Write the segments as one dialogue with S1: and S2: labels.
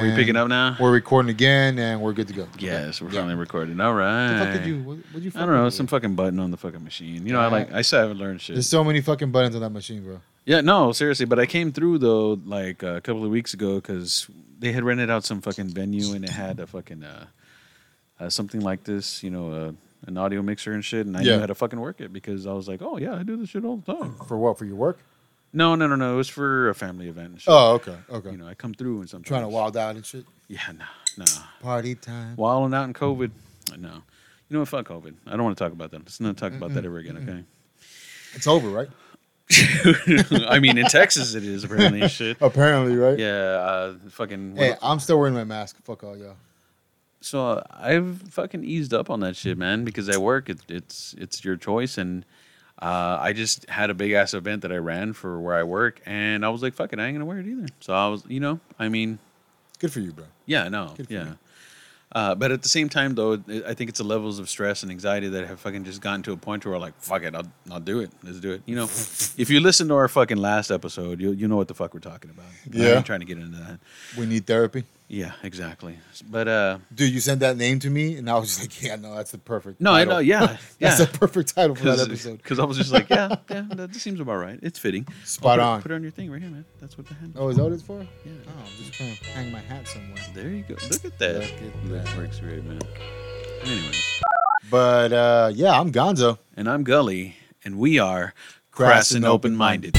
S1: we picking up now?
S2: We're recording again, and we're good to go.
S1: Yes, we're
S2: Yeah.
S1: finally recording. All right.
S2: What the fuck did you? What, what did you?
S1: I don't know.
S2: fucking
S1: Some
S2: do?
S1: fucking button on the fucking machine. You know, I like. I still haven't learned shit.
S2: There's so many fucking buttons on that machine, bro.
S1: yeah, no, seriously. But I came through though, like a couple of weeks ago, because they had rented out some fucking venue and it had a fucking uh, uh something like this. You know, uh, an audio mixer and shit. And I
S2: Yeah.
S1: knew how to fucking work it because I was like, oh yeah, I do this shit all the time.
S2: For what? For your work?
S1: No, no, no, no. It was for a family event. And shit.
S2: Oh, okay, okay.
S1: You know, I come through and sometimes
S2: Trying to wild out and shit.
S1: Yeah, nah, nah.
S2: Party time.
S1: Wilding out in COVID. No. You know what? Fuck COVID. I don't want to talk about that. Let's not talk about that ever again,
S2: It's over, right?
S1: okay? I mean, in Texas it is apparently and shit.
S2: Apparently, right?
S1: Yeah, uh, fucking.
S2: Hey, I'm still wearing my mask. Fuck all y'all.
S1: So uh, I've fucking eased up on that shit, man, because at work it, it's it's your choice, and uh, I just had a big ass event that I ran for where I work, and I was like, fuck it, I ain't gonna wear it either. So I was, you know, I mean,
S2: Good for you, bro.
S1: Yeah, no,
S2: Good for
S1: yeah.
S2: you.
S1: Uh, but at the same time, though, it- I think it's the levels of stress and anxiety that have fucking just gotten to a point where, like, fuck it, I'll, I'll do it. Let's do it. You know, if you listen to our fucking last episode, you you know what the fuck we're talking about. I
S2: Yeah.
S1: ain't trying to get into that.
S2: We need therapy,
S1: Yeah, exactly. But uh,
S2: dude. You sent that name to me, and I was just like, yeah, no, that's the perfect.
S1: no, I
S2: title.
S1: know. Yeah, yeah.
S2: That's the perfect title for that episode.
S1: Because I was just like, yeah, yeah, that seems about right. It's fitting. I'll
S2: Spot
S1: put it-
S2: on.
S1: put it on your thing right here, man. That's what the hand.
S2: Oh, is that what it's for?
S1: Yeah.
S2: Oh, I'm just trying to hang my hat somewhere.
S1: There you go. Look at that.
S2: Look at
S1: that
S2: that.
S1: works great, man. Anyways.
S2: But uh, yeah, I'm Gonzo.
S1: and I'm Gully, and we are crass
S2: Crass and
S1: and open minded.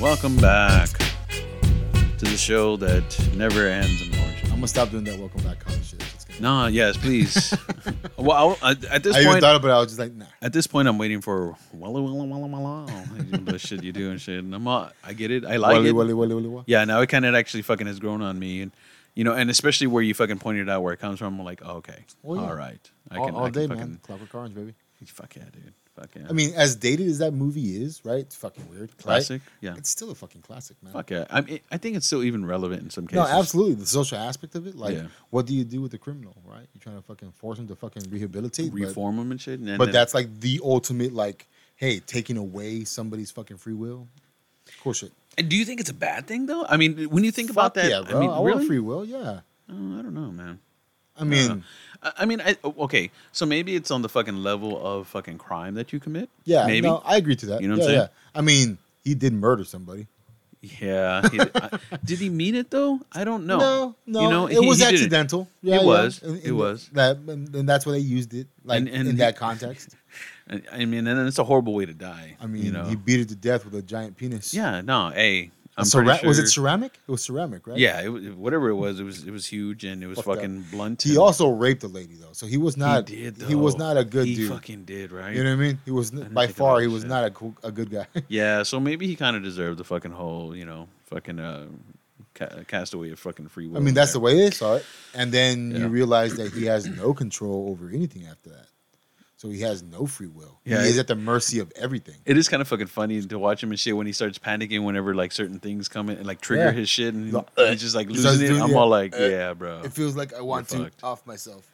S1: Welcome back to the show that never ends,
S2: I'm
S1: unfortunately.
S2: gonna stop doing that. Welcome back, college shit. It's gonna-
S1: No, yes, please. well, I, at this
S2: I even
S1: point,
S2: thought about it. I was just like, nah.
S1: at this point, I'm waiting for walla walla walla walla. You know, the shit you do and shit. And I'm all, I get it. I like
S2: Wally,
S1: it.
S2: wally, wally, wally, wally.
S1: Yeah, now it kind of actually fucking has grown on me, and you know, and especially where you fucking pointed out where it comes from. I'm like, oh, okay,
S2: Well, yeah.
S1: all right, I
S2: all, all
S1: I
S2: day,
S1: fucking,
S2: man. Clockwork Orange, baby.
S1: Fuck yeah, dude. Fuck yeah.
S2: I mean, as dated as that movie is, right? It's fucking weird. right?
S1: classic. Yeah.
S2: It's still a fucking classic, man.
S1: Fuck yeah. I mean, I think it's still even relevant in some cases.
S2: no, absolutely. The social aspect of it, like,
S1: Yeah.
S2: what do you do with the criminal, right? You're trying to fucking force him to fucking rehabilitate, but-
S1: Reform them and shit. And
S2: But,
S1: then-
S2: that's like the ultimate, like, hey, taking away somebody's fucking free will. Cool shit.
S1: And do you think it's a bad thing though? I mean, when you think about
S2: Fuck
S1: that,
S2: yeah, bro.
S1: I mean, really?
S2: want free will. Yeah.
S1: Oh, I don't know, man.
S2: I mean,
S1: I I mean, I, okay. So maybe it's on the fucking level of fucking crime that you commit.
S2: yeah.
S1: maybe.
S2: No, I agree to that.
S1: You know what
S2: yeah,
S1: I'm saying?
S2: Yeah. I mean, he did murder somebody.
S1: Yeah. he- I- did he mean it though? I don't know.
S2: No, no,
S1: You know,
S2: it
S1: he-
S2: was
S1: he did
S2: accidental.
S1: It was. It was.
S2: That and, and that's why they used it, like
S1: And- and
S2: in
S1: he-
S2: that context.
S1: I I mean, and it's a horrible way to die.
S2: I mean,
S1: you know,
S2: he beat it to death with a giant penis.
S1: yeah, no, hey,
S2: A
S1: I'm
S2: cera-
S1: pretty sure.
S2: Was it ceramic? It was ceramic, right?
S1: Yeah, it, wa- whatever it was, it was it was huge and it was
S2: Fucked up.
S1: fucking blunt.
S2: He
S1: and-
S2: also raped a lady though, so he was not.
S1: he did. Though.
S2: was not a good
S1: he
S2: dude.
S1: fucking did, right?
S2: you know what I mean? He was n-
S1: didn't
S2: by
S1: think
S2: far.
S1: about
S2: He
S1: that
S2: was
S1: shit.
S2: not a cool, a good guy.
S1: Yeah, so maybe he kind of deserved the fucking whole, you know, fucking uh, ca- castaway of fucking free will.
S2: I mean, that's the
S1: there.
S2: way they saw it. And then
S1: Yeah.
S2: you realize that he has no control over anything after that. So he has no free will.
S1: Yeah,
S2: he is
S1: it-
S2: at the mercy of everything.
S1: It is kind of fucking funny to watch him and shit when he starts panicking whenever like certain things come in and like trigger
S2: Yeah.
S1: his shit and
S2: Like,
S1: he's just like
S2: he starts
S1: losing it.
S2: doing-
S1: I'm
S2: yeah,
S1: all like,
S2: uh,
S1: yeah, bro.
S2: It feels like I want to
S1: fucked.
S2: off myself.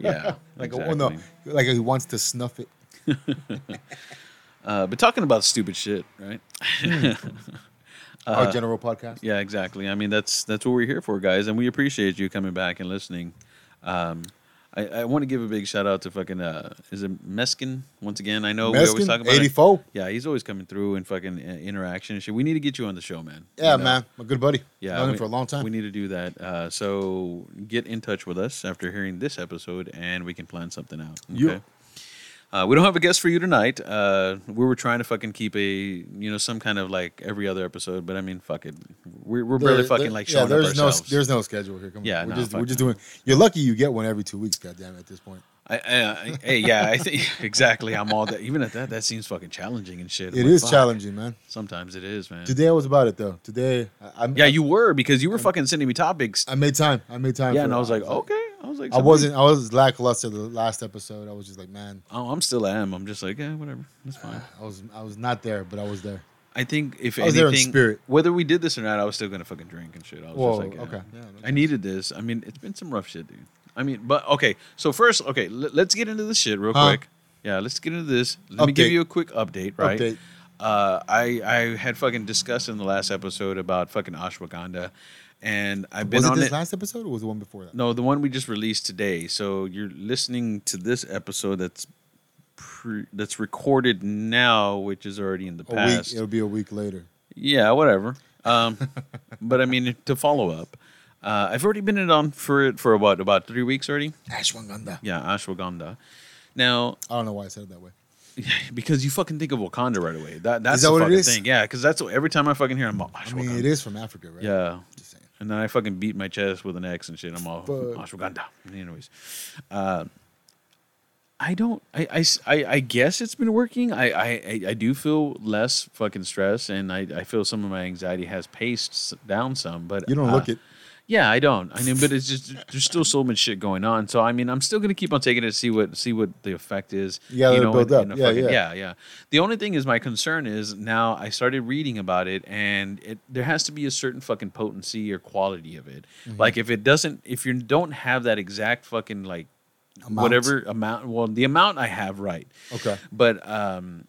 S1: Yeah.
S2: Like,
S1: exactly.
S2: oh no, like he wants to snuff it.
S1: Uh, but talking about stupid shit, right?
S2: Our general podcast.
S1: Uh-huh. Yeah, exactly. I mean, that's that's what we're here for, guys, and we appreciate you coming back and listening. Um, I, I want to give a big shout out to fucking uh, is it Meskin once again? I know we always
S2: Meskin,
S1: talk about it.
S2: 84.
S1: Yeah, he's always coming through and fucking uh, interaction and shit. We need to get you on the show, man.
S2: Yeah,
S1: You know?
S2: man, my good buddy.
S1: Yeah,
S2: known him
S1: we-
S2: for a long time.
S1: We need to do that. Uh, so get in touch with us after hearing this episode, and we can plan something out.
S2: Yeah.
S1: Uh, we don't have a guest for you tonight. Uh, we were trying to fucking keep a you know some kind of like every other episode, but I mean, fuck it, we're, we're barely
S2: There-
S1: fucking
S2: there-
S1: like
S2: yeah,
S1: showing
S2: there's
S1: up ourselves.
S2: No, there's no schedule here. Come on.
S1: Yeah,
S2: we're
S1: no,
S2: just we're
S1: fuck
S2: just
S1: no.
S2: doing. You're lucky you get one every two weeks. Goddamn, at this point,
S1: I, I, I, hey, yeah, I think exactly. I'm all that. Even at that, that seems fucking challenging and shit. I'm
S2: it
S1: like,
S2: is
S1: fuck.
S2: challenging, man.
S1: Sometimes it is, man.
S2: Today I was about it though. Today, I, I,
S1: yeah, you were because you were fucking sending me topics.
S2: I made time. I made time.
S1: yeah,
S2: for
S1: and
S2: it.
S1: I was like, okay. I was like,
S2: I
S1: somebody-
S2: wasn't. I was lackluster the last episode. I was just like, man,
S1: Oh, I'm still am. I'm just like, yeah, whatever. That's fine.
S2: I was I was not there, but I was there.
S1: I think if
S2: I was there in
S1: anything,
S2: spirit.
S1: whether we did this or not, I was still gonna fucking drink and shit. I was
S2: Whoa,
S1: just like, yeah.
S2: okay. Yeah,
S1: I needed this. I mean, it's been some rough shit, dude. I mean, but okay. So first, okay, l- let's get into this shit real
S2: Huh?
S1: quick. Yeah, let's get into this. Let me give
S2: Update.
S1: you a quick update, right?
S2: Update.
S1: Uh, I I had fucking discussed in the last episode about fucking ashwagandha, and I've been
S2: was it
S1: on
S2: this
S1: it.
S2: last episode or was it the one before that?
S1: No, the one we just released today. So you're listening to this episode that's pre- that's recorded now, which is already in the
S2: a
S1: past.
S2: week. It'll be a week later.
S1: Yeah, whatever. Um, but I mean, to follow up, uh, I've already been it on for it for what about three weeks already?
S2: Ashwagandha.
S1: Yeah, ashwagandha. Now,
S2: I don't know why I said it that way.
S1: because you fucking think of Wakanda right away. That that's
S2: that
S1: the
S2: what it
S1: fucking
S2: is?
S1: thing. Yeah, because that's what, every time I fucking hear, I'm all
S2: I
S1: ashwagandha.
S2: mean, it is from Africa, right?
S1: Yeah,
S2: Just saying.
S1: and then I fucking beat my chest with an X and shit. I'm all
S2: Fuck.
S1: ashwagandha. Anyways, uh, I don't. I, I s- I- I guess it's been working. I, I I- I do feel less fucking stress, and I, I feel some of my anxiety has paced s- down some. But
S2: You don't
S1: uh,
S2: look it.
S1: Yeah, I don't. I mean, but it's just there's still so much shit going on. So I mean, I'm still gonna keep on taking it to see what see what the effect is.
S2: You gotta let it build
S1: in-
S2: up.
S1: in a
S2: Yeah, yeah.
S1: yeah, yeah. The only thing is, my concern is now I started reading about it, and it there has to be a certain fucking potency or quality of it.
S2: Mm-hmm.
S1: Like if it doesn't, if you don't have that exact fucking like
S2: Amount.
S1: whatever amount, well, the amount I have right,
S2: Okay.
S1: but um,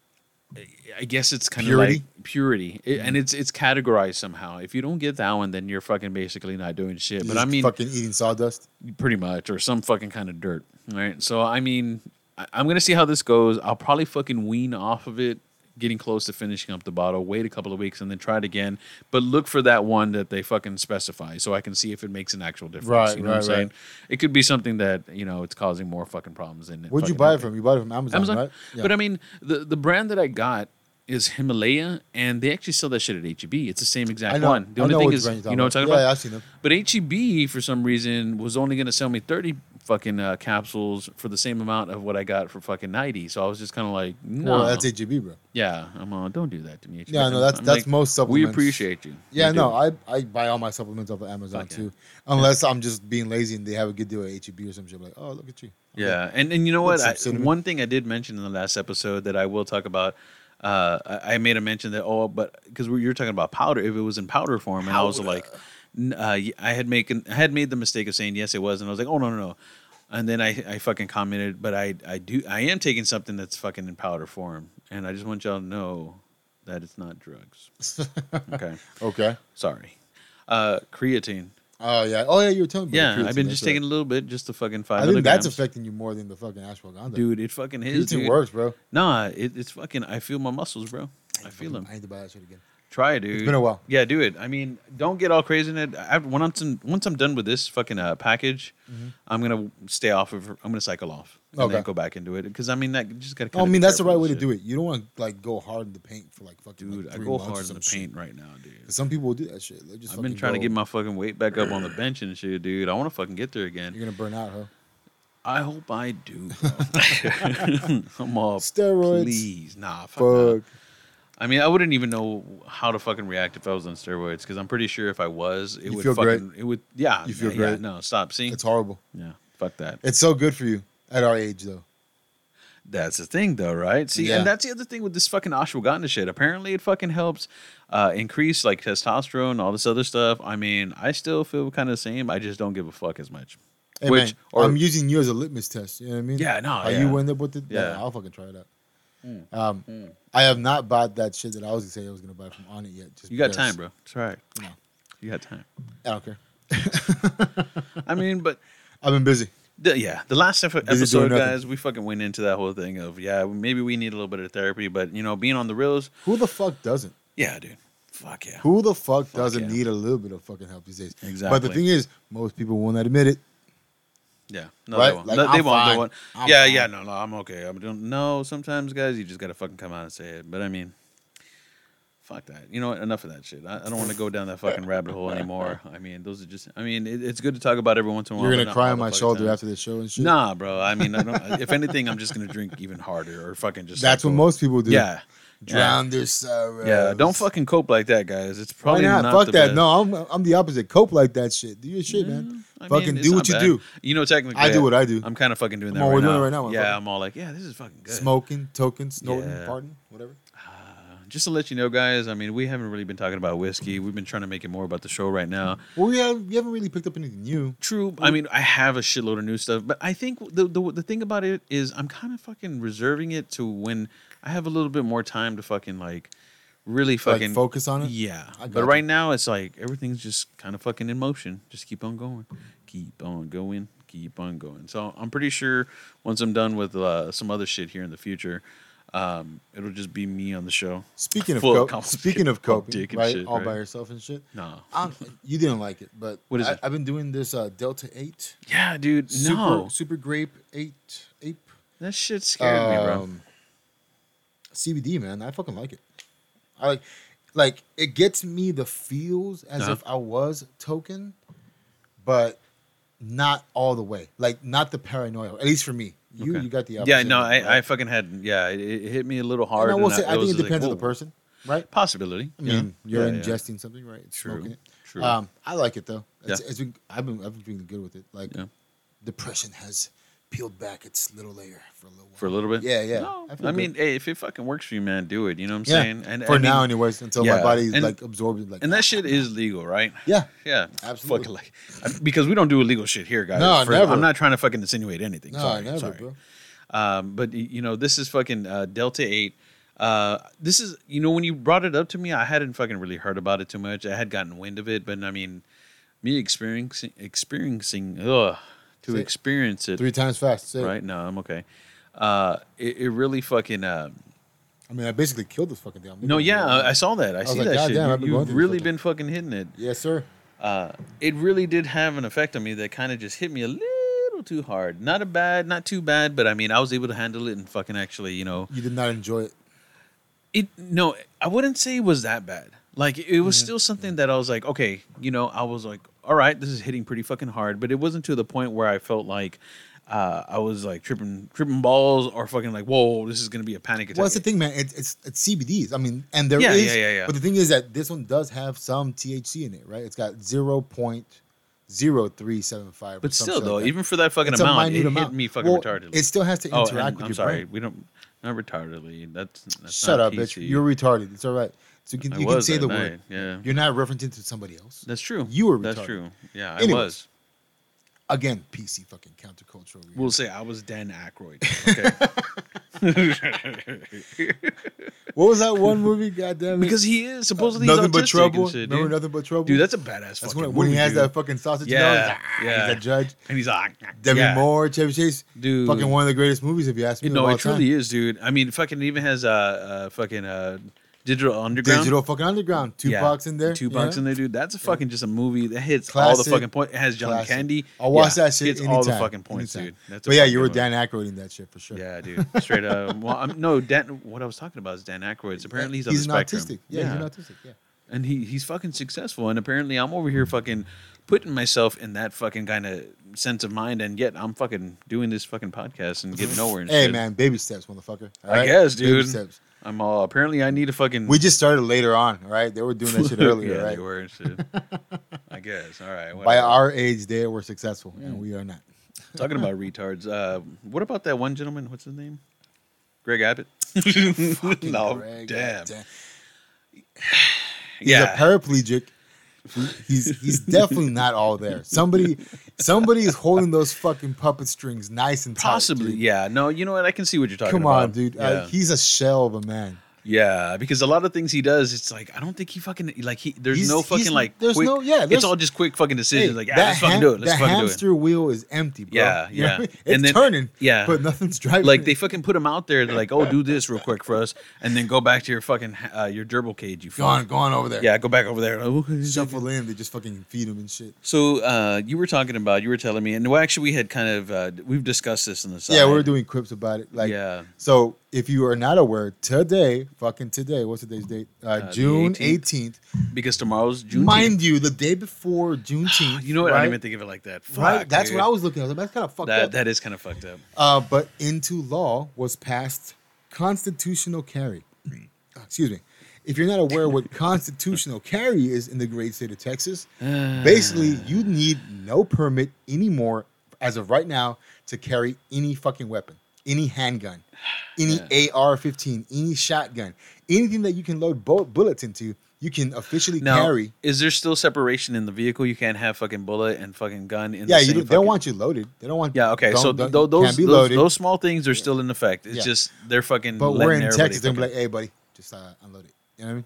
S1: I guess it's kind of
S2: Purity? Mm.
S1: like purity, It- and it's it's categorized somehow. If you don't get that one, then you're fucking basically not doing shit.
S2: You
S1: but I
S2: just
S1: mean,
S2: fucking eating sawdust.
S1: pretty much, or some fucking kind of dirt. Right. So I mean, I, I'm gonna see how this goes. I'll probably fucking wean off of it, getting close to finishing up the bottle. Wait a couple of weeks and then try it again. But look for that one that they fucking specify, so I can see if it makes an actual difference.
S2: Right,
S1: You know
S2: right,
S1: what I'm saying?
S2: right.
S1: It could be something that you know it's causing more fucking problems than.
S2: Where'd you
S1: fucking
S2: buy it
S1: helping.
S2: from? You bought it from Amazon,
S1: Amazon.
S2: right? Yeah.
S1: But I mean, the the brand that I got is Himalaya, and they actually sell that shit at HEB. It's the same exact
S2: I know.
S1: one. The
S2: I
S1: only
S2: know
S1: thing
S2: which
S1: is,
S2: brand you're
S1: you know what I'm
S2: talking
S1: talking
S2: about. Yeah,
S1: about.
S2: I've seen them.
S1: But HEB for some reason was only going to sell me 30 fucking uh, capsules for the same amount of what I got for fucking 90. So I was just kind of like, no,
S2: Well, that's HGB, bro.
S1: yeah, I'm on. Don't do that to me. E
S2: Yeah, no,
S1: I'm-
S2: that's-
S1: I'm
S2: that's most
S1: We
S2: supplements.
S1: appreciate you.
S2: Yeah,
S1: We
S2: no,
S1: do.
S2: I, I buy all my supplements off of Amazon
S1: Fuck yeah.
S2: too, unless I'm just being lazy and they have a good deal at HEB or some shit. I'm like, oh, look at you.
S1: Yeah, and and you know
S2: With
S1: what?
S2: some
S1: I,
S2: cinnamon.
S1: one thing I did mention in the last episode that I will talk about. Uh, I, I made a mention that oh, but because we, you're talking about powder, if it was in powder form, and I was like, n- uh, y- I had making I had made the mistake of saying yes, it was, and I was like, oh no no no, and then I I fucking commented, but I I do I am taking something that's fucking in powder form, and I just want y'all to know that it's not drugs. okay,
S2: Okay.
S1: sorry. Uh, creatine.
S2: Oh yeah. Oh yeah. You were telling me. about
S1: Yeah,
S2: the
S1: I've been
S2: creatine,
S1: just
S2: that's
S1: taking a
S2: right.
S1: little bit, just the fucking five.
S2: I think that's
S1: milligrams.
S2: affecting you more than the fucking ashwagandha.
S1: Dude, it fucking is.
S2: creatine
S1: dude.
S2: works, bro.
S1: Nah, it, it's fucking. I feel my muscles, bro. I feel them.
S2: I need to buy that shit again.
S1: Try it, dude. It's
S2: been a while.
S1: Yeah, do it. I mean, don't get all crazy in it. I, when I'm done- once I'm done with this fucking uh, package, I'm gonna stay off of. I'm gonna cycle off and then
S2: Mm-hmm. Okay.
S1: go back into it because I mean that you just gotta.
S2: I mean, that's the right way to do it. You don't want to like go hard in the paint for like fucking
S1: dude.
S2: Like,
S1: I
S2: three
S1: go
S2: months or
S1: hard in
S2: some
S1: the
S2: shit.
S1: paint right now, dude.
S2: 'Cause Some people will do that shit. They just
S1: I've been
S2: fucking
S1: trying to
S2: go,
S1: get my fucking weight back up on the bench and shit, dude. I want to fucking get there again.
S2: You're gonna burn out, huh?
S1: I hope I do. bro. I'm all
S2: Steroids.
S1: Please, nah, fuck. no.
S2: Fuck.
S1: I mean, I wouldn't even know how to fucking react if I was on steroids because I'm pretty sure if I was, it
S2: You
S1: would
S2: feel great.
S1: fucking, it would, yeah,
S2: You feel
S1: yeah, yeah,
S2: great.
S1: no, stop. See,
S2: It's horrible.
S1: yeah, fuck that.
S2: It's so good for you at our age, though.
S1: That's the thing, though, right? See,
S2: Yeah.
S1: and that's the other thing with this fucking ashwagandha shit. Apparently, it fucking helps uh, increase like testosterone, all this other stuff. I mean, I still feel kind of the same. I just don't give a fuck as much.
S2: Hey,
S1: Which,
S2: man,
S1: or
S2: I'm using you as a litmus test. You know what I mean?
S1: Yeah, no,
S2: How
S1: yeah.
S2: you end up with it? Yeah,
S1: Yeah. Mm.
S2: I'll fucking try it out. Um, I have not bought that shit that I was gonna say I was gonna buy from On It yet. Just
S1: you got
S2: because-
S1: time, bro. It's all right.
S2: No.
S1: You got time.
S2: I don't care.
S1: I mean, but
S2: I've been busy.
S1: The, yeah, the last ep-
S2: doing
S1: episode,
S2: nothing.
S1: guys, we fucking went into that whole thing of yeah, maybe we need a little bit of therapy, but you know, being on the reels,
S2: Who the fuck doesn't?
S1: yeah, dude, fuck yeah,
S2: Who the fuck, doesn't
S1: yeah.
S2: need a little bit of fucking help these days? But
S1: Exactly.
S2: the thing is, most people won't admit it.
S1: yeah, no,
S2: Right?
S1: they won't,
S2: Like,
S1: no, they, won't.
S2: I'm
S1: they
S2: fine.
S1: won't,
S2: I'm
S1: yeah,
S2: fine.
S1: yeah, no, no, I'm okay, I'm doing, no, sometimes guys, you just gotta fucking come out and say it, but I mean, fuck that, you know, what, enough of that shit, I, I don't want to go down that fucking rabbit hole anymore. I mean, those are just, I mean, it, it's good to talk about every once in a while.
S2: You're
S1: but
S2: gonna
S1: not
S2: cry
S1: all
S2: on
S1: the
S2: my
S1: fucking
S2: shoulder
S1: time.
S2: after this show and shit.
S1: Nah, bro. I mean, I don't, if anything, I'm just gonna drink even harder or fucking just.
S2: that's what
S1: like,
S2: most people do.
S1: Yeah. Yeah.
S2: drown their sorrows.
S1: Yeah, don't fucking cope like that, guys. It's
S2: Why
S1: probably
S2: not?
S1: not.
S2: Fuck
S1: the
S2: that.
S1: best. Mm,
S2: No, I'm I'm the opposite. Cope like that shit. Do your shit, man.
S1: I mean,
S2: fucking
S1: it's
S2: do
S1: not
S2: what you
S1: bad.
S2: do.
S1: You know, technically,
S2: I do what I do.
S1: I'm kind of fucking doing
S2: Come
S1: that.
S2: on,
S1: right
S2: we're doing
S1: now.
S2: it right now,
S1: Yeah,
S2: motherfucker.
S1: I'm all like, yeah, this is fucking good.
S2: Smoking, token, snorting,
S1: Yeah.
S2: partying, whatever.
S1: Uh, just to let you know, guys, I mean, we haven't really been talking about whiskey. We've been trying to make it more about the show right now.
S2: Well, we, have, we haven't really picked up anything new.
S1: True. I mean, I have a shitload of new stuff, but I think the the, the thing about it is I'm kind of fucking reserving it to when I have a little bit more time to fucking like really
S2: Like,
S1: fucking
S2: focus on it.
S1: Yeah.
S2: I
S1: But
S2: got
S1: right now it's like everything's just kind of fucking in motion. Just keep on going. Keep on going. Keep on going. So I'm pretty sure once I'm done with uh, some other shit here in the future, um, it'll just be me on the show.
S2: Speaking of
S1: Full
S2: co-
S1: complicated
S2: speaking of coping,
S1: dick and
S2: right?
S1: shit,
S2: all
S1: right?
S2: by yourself and shit.
S1: No.
S2: I'm, you didn't like it, but
S1: What is
S2: I,
S1: it?
S2: I've been doing this uh, Delta Eight.
S1: Yeah, dude.
S2: Super,
S1: no.
S2: Super Grape Eight Ape.
S1: That shit scared me, bro.
S2: Um, CBD, man. I fucking like it. I like, like it gets me the feels as
S1: Uh-huh.
S2: if I was token, but not all the way. Like not the paranoia. At least for me. You,
S1: Okay.
S2: you got the opposite.
S1: Yeah, no,
S2: right?
S1: I, I fucking had. Yeah, it, it hit me a little hard.
S2: And I will say,
S1: it
S2: I think
S1: was
S2: it
S1: like,
S2: depends on the
S1: whoa.
S2: person, right?
S1: Possibility.
S2: I mean, you're
S1: Yeah, yeah.
S2: ingesting something, right? It's
S1: True,
S2: Smoking it.
S1: true.
S2: Um, I like it though. It's,
S1: Yeah.
S2: it's been, I've been I've been doing good with it. Like
S1: Yeah.
S2: depression has peeled back its little layer for a little while.
S1: for a little bit.
S2: Yeah, yeah.
S1: No,
S2: I feel
S1: I,
S2: good.
S1: mean, hey, if it fucking works for you, man, do it. You know what I'm
S2: yeah.
S1: saying? And
S2: for
S1: I mean,
S2: now, anyways, until my
S1: yeah.
S2: body's
S1: And-
S2: like absorbed. in, Like
S1: and that shit is legal, right?
S2: yeah,
S1: Yeah,
S2: Absolutely.
S1: Fucking like, I- because we don't do illegal shit here, guys.
S2: No, never.
S1: I'm not trying to fucking insinuate anything.
S2: no,
S1: sorry,
S2: never,
S1: sorry.
S2: bro.
S1: Um, but y- you know, this is fucking uh, Delta Eight. Uh, this is you know when you brought it up to me, I hadn't fucking really heard about it too much. I had gotten wind of it, but I mean, me experiencing experiencing ugh, to
S2: Say it.
S1: experience it
S2: Three times fast. Say it.
S1: right? No, I'm okay. Uh, it, it really fucking. Uh,
S2: I mean, I basically killed this fucking damn.
S1: no, yeah, I, I saw that. I,
S2: was
S1: see
S2: like,
S1: that
S2: "God
S1: shit.
S2: damn, I've been
S1: you,
S2: going
S1: have
S2: through this
S1: really
S2: fucking-
S1: been fucking hitting it.
S2: yes, sir.
S1: Uh, it really did have an effect on me that kind of just hit me a little too hard. Not a bad, not too bad, but I mean, I was able to handle it and fucking actually, you know,
S2: You did not enjoy it.
S1: it. No, I wouldn't say it was that bad. Like it was
S2: Mm-hmm.
S1: still something that I was like, okay, you know, I was like, all right, this is hitting pretty fucking hard, but it wasn't to the point where I felt like. Uh, I was like tripping, tripping balls, or fucking like, whoa, this is gonna be a panic attack.
S2: Well, that's the thing, man. It's it's, it's CBDs. I mean, and there is.
S1: Yeah, yeah, yeah, yeah.
S2: But the thing is that this one does have some THC in it, right? It's got zero point zero three seven five.
S1: But still, though, even for that fucking
S2: It's a
S1: amount,
S2: minute
S1: it
S2: amount.
S1: hit me fucking
S2: Well,
S1: retardedly.
S2: It still has to
S1: oh,
S2: interact
S1: and
S2: with
S1: I'm
S2: your
S1: sorry,
S2: brain.
S1: we don't not retardedly. That's, that's
S2: Shut
S1: not
S2: up, bitch.
S1: PC.
S2: You're retarded. It's all right. So you can,
S1: I
S2: you can
S1: was
S2: say
S1: that
S2: the
S1: night,
S2: word.
S1: yeah.
S2: You're not referencing to somebody else.
S1: That's true.
S2: You were
S1: That's
S2: retarded.
S1: true. Yeah,
S2: Anyways.
S1: I was.
S2: Again, PC fucking countercultural. over here.
S1: We'll say I was Dan Aykroyd. Okay.
S2: what was that one movie? Goddamn it.
S1: because he is supposedly he's
S2: nothing but
S1: autistic
S2: trouble.
S1: And shit,
S2: Remember
S1: dude.
S2: nothing but trouble.
S1: Dude, that's a badass
S2: That's
S1: fucking
S2: when, when he
S1: movie,
S2: has
S1: dude.
S2: that fucking sausage.
S1: Yeah,
S2: Yeah,
S1: yeah.
S2: He's a judge.
S1: and he's like
S2: Demi
S1: yeah.
S2: Moore, Chevy Chase.
S1: Dude.
S2: Fucking one of the greatest movies, if you ask me.
S1: You know,
S2: of all
S1: it truly is, dude. I mean, fucking it even has a uh, uh, fucking uh, digital
S2: time.
S1: underground.
S2: Digital fucking underground. Two
S1: Yeah.
S2: bucks in there.
S1: Two bucks
S2: yeah.
S1: in there, dude. That's a fucking just a movie that hits all
S2: Classic.
S1: the fucking points. It has John
S2: Classic.
S1: Candy.
S2: I'll watch
S1: Yeah,
S2: that shit.
S1: Hits
S2: anytime,
S1: all the fucking points,
S2: anytime.
S1: dude. That's a
S2: but yeah,
S1: fucking
S2: you were
S1: movie.
S2: Dan Aykroyd in that shit for sure.
S1: Yeah, dude. Straight up. Well, I'm, no, Dan. What I was talking about is Dan Aykroyd's. Apparently, he's, on
S2: he's
S1: the
S2: an
S1: spectrum.
S2: autistic. Yeah, he's an autistic. Yeah.
S1: and he he's fucking successful. And apparently, I'm over here fucking putting myself in that fucking kind of sense of mind, and yet I'm fucking doing this fucking podcast and getting nowhere. And
S2: Hey
S1: shit.
S2: man, baby steps, motherfucker. All
S1: I
S2: right?
S1: guess,
S2: Baby
S1: dude.
S2: steps.
S1: I'm all. Apparently, I need a fucking.
S2: We just started later on, all right? They were doing that shit earlier,
S1: yeah,
S2: right?
S1: they were and shit. I guess. All right.
S2: By
S1: whatever. Mm.
S2: our age, they were successful, and we are not.
S1: Talking about retards. Uh, what about that one gentleman? What's his name? Greg Abbott. no,
S2: Greg,
S1: damn.
S2: goddamn. He's
S1: Yeah.
S2: a paraplegic. He- He's he's definitely not all there. Somebody somebody is holding those fucking puppet strings nice and tight.
S1: Possibly,
S2: dude.
S1: yeah. No, you know what? I can see what you're talking
S2: Come
S1: about.
S2: on, dude.
S1: Yeah.
S2: Uh, he's a shell of a man.
S1: Yeah, because a lot of things he does, it's like I don't think he fucking like he. There's
S2: He's-
S1: no
S2: he's-
S1: fucking like.
S2: there's
S1: quick,
S2: no- yeah,
S1: It's
S2: there's-
S1: all just quick fucking decisions. like yeah,
S2: that
S1: let's fucking
S2: ham-
S1: do it. Let's
S2: that
S1: fucking do
S2: hamster wheel is empty, bro.
S1: Yeah,
S2: You know
S1: yeah.
S2: what I mean? It's
S1: And then-
S2: turning,
S1: yeah.
S2: but nothing's
S1: it.
S2: driving.
S1: Like they
S2: it.
S1: fucking put him out there. They're like, oh, do this real quick for us, and then go back to your fucking uh, your gerbil cage. You
S2: go on,
S1: fuck.
S2: go on over there.
S1: Yeah, go back over there. Oh, Okay.
S2: shuffle in. They just fucking feed him and shit.
S1: So uh, you were talking about you were telling me, and well, actually we had kind of uh, we've discussed this on the side.
S2: Yeah, we're doing quips about it. Like,
S1: Yeah.
S2: So if you are not aware, today, fucking today, what's today's date? Uh,
S1: the
S2: June
S1: 18th.
S2: eighteenth.
S1: because tomorrow's June.
S2: Mind you, the day before Juneteenth.
S1: you know what? I
S2: right?
S1: didn't even think of it like that. Fuck,
S2: Right, that's
S1: dude.
S2: what I was looking. at. I was like, that's kind of fucked
S1: That
S2: up.
S1: that is kind of fucked up.
S2: uh, but into law was passed constitutional carry. Uh, Excuse me. If you're not aware what constitutional carry is in the great state of Texas,
S1: Ah.
S2: basically you need no permit anymore as of right now to carry any fucking weapon. any handgun, any
S1: Yeah.
S2: AR-15, any shotgun, anything that you can load bu- bullets into, you can officially
S1: Now,
S2: carry.
S1: is there still separation in the vehicle? You can't have fucking bullet and fucking gun in
S2: Yeah,
S1: the
S2: you
S1: same
S2: don't, they don't
S1: fucking-
S2: want you loaded. They don't want.
S1: Yeah, okay.
S2: don't-
S1: so
S2: don't-
S1: th- th- those
S2: can't be
S1: those,
S2: loaded.
S1: those small things are still in effect. It's
S2: Yeah.
S1: just they're fucking.
S2: but we're
S1: letting
S2: in
S1: everybody
S2: Texas. They'll be like,
S1: fucking-
S2: "Hey, buddy, just uh, unload it." You know what I mean?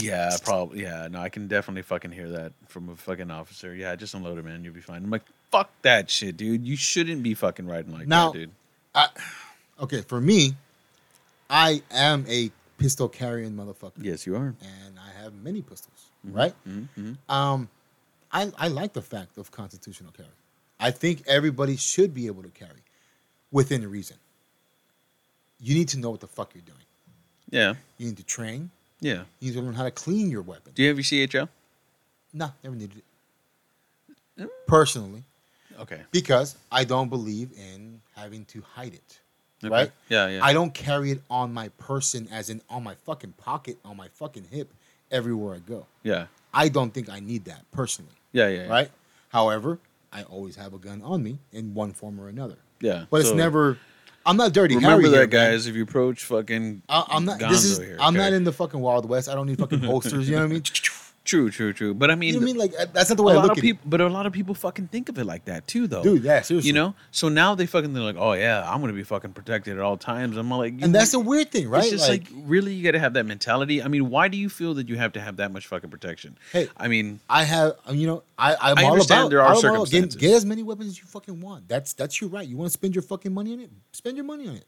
S1: yeah, probably. Yeah, no, I can definitely fucking hear that from a fucking officer. Yeah, just unload it, man. You'll be fine. I'm like, fuck that shit, dude. You shouldn't be fucking riding like
S2: Now-
S1: that, dude.
S2: Okay, for me, I am a pistol carrying motherfucker.
S1: Yes, you are.
S2: and I have many pistols, right?
S1: Mm-hmm.
S2: Um, I, I like the fact of constitutional carry. I think everybody should be able to carry within reason. You need to know what the fuck you're doing.
S1: Yeah,
S2: You need to train.
S1: yeah.
S2: You need to learn how to clean your weapon.
S1: Do you have your CHL?
S2: Nah, never needed
S1: Mm.
S2: it. Personally,
S1: Okay.
S2: because I don't believe in having to hide it.
S1: okay.
S2: Right?
S1: Yeah, yeah.
S2: I don't carry it on my person, as in on my fucking pocket, on my fucking hip, everywhere I go.
S1: yeah,
S2: I don't think I need that personally.
S1: yeah, yeah. yeah.
S2: right? However, I always have a gun on me in one form or another.
S1: Yeah.
S2: But
S1: so
S2: it's never. I'm not dirty.
S1: Remember that,
S2: Harry here, man.
S1: guys. If you approach fucking,
S2: I, I'm not.
S1: Gonzo
S2: this is.
S1: here,
S2: I'm
S1: okay?
S2: not in the fucking Wild West. I don't need fucking holsters. You know what I mean?
S1: True, true, true. But I mean,
S2: You know what I mean? Like uh, that's not the
S1: a
S2: way I
S1: lot
S2: look
S1: of
S2: at
S1: people, but a lot of people fucking think of it like that too, though.
S2: it, dude. Yeah, seriously.
S1: You know, so now they fucking they're like, oh yeah, I'm gonna be fucking protected at all times. I'm like, you-
S2: and that's the weird thing, right?
S1: It's just like, really, you got to have that mentality. I mean, why do you feel that you have to have that much fucking protection?
S2: Hey.
S1: I mean,
S2: I have, um, you know, I, I'm
S1: I
S2: all
S1: understand
S2: about.
S1: there are
S2: I'm all about getting-
S1: circumstances.
S2: Get, as many weapons as you fucking want. That's that's your right. You want to spend your fucking money on it? Spend your money on it.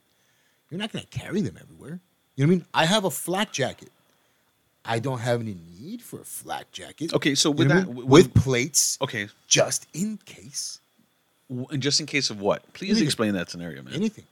S2: You're not gonna carry them everywhere. You know what I mean? I have a flat jacket. I don't have any need for a flat jacket.
S1: okay, so
S2: You
S1: with
S2: know what I
S1: that,
S2: mean?
S1: w-
S2: with plates,
S1: okay,
S2: just in case
S1: w- and just in case of what? Please
S2: Anything.
S1: explain that scenario, man.
S2: anything.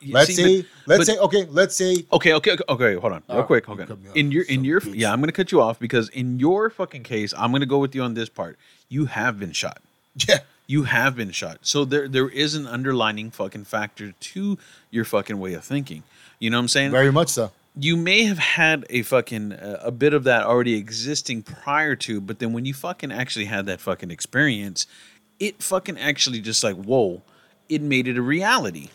S1: You see,
S2: Let's say,
S1: but-
S2: let's
S1: but-
S2: say, okay, let's say,
S1: Okay, okay, okay, okay. Hold on, real
S2: Oh,
S1: quick.
S2: you
S1: Hold
S2: cut
S1: on.
S2: me off.
S1: In your, in
S2: Son
S1: your,
S2: of a bitch.
S1: yeah, I'm gonna cut you off because in your fucking case, I'm gonna go with you on this part. You have been shot.
S2: yeah,
S1: You have been shot. So there, there is an underlining fucking factor to your fucking way of thinking. You know what I'm saying?
S2: very much so.
S1: you may have had a fucking uh, a bit of that already existing prior to, but then when you fucking actually had that fucking experience, it fucking actually just like whoa, it made it a reality.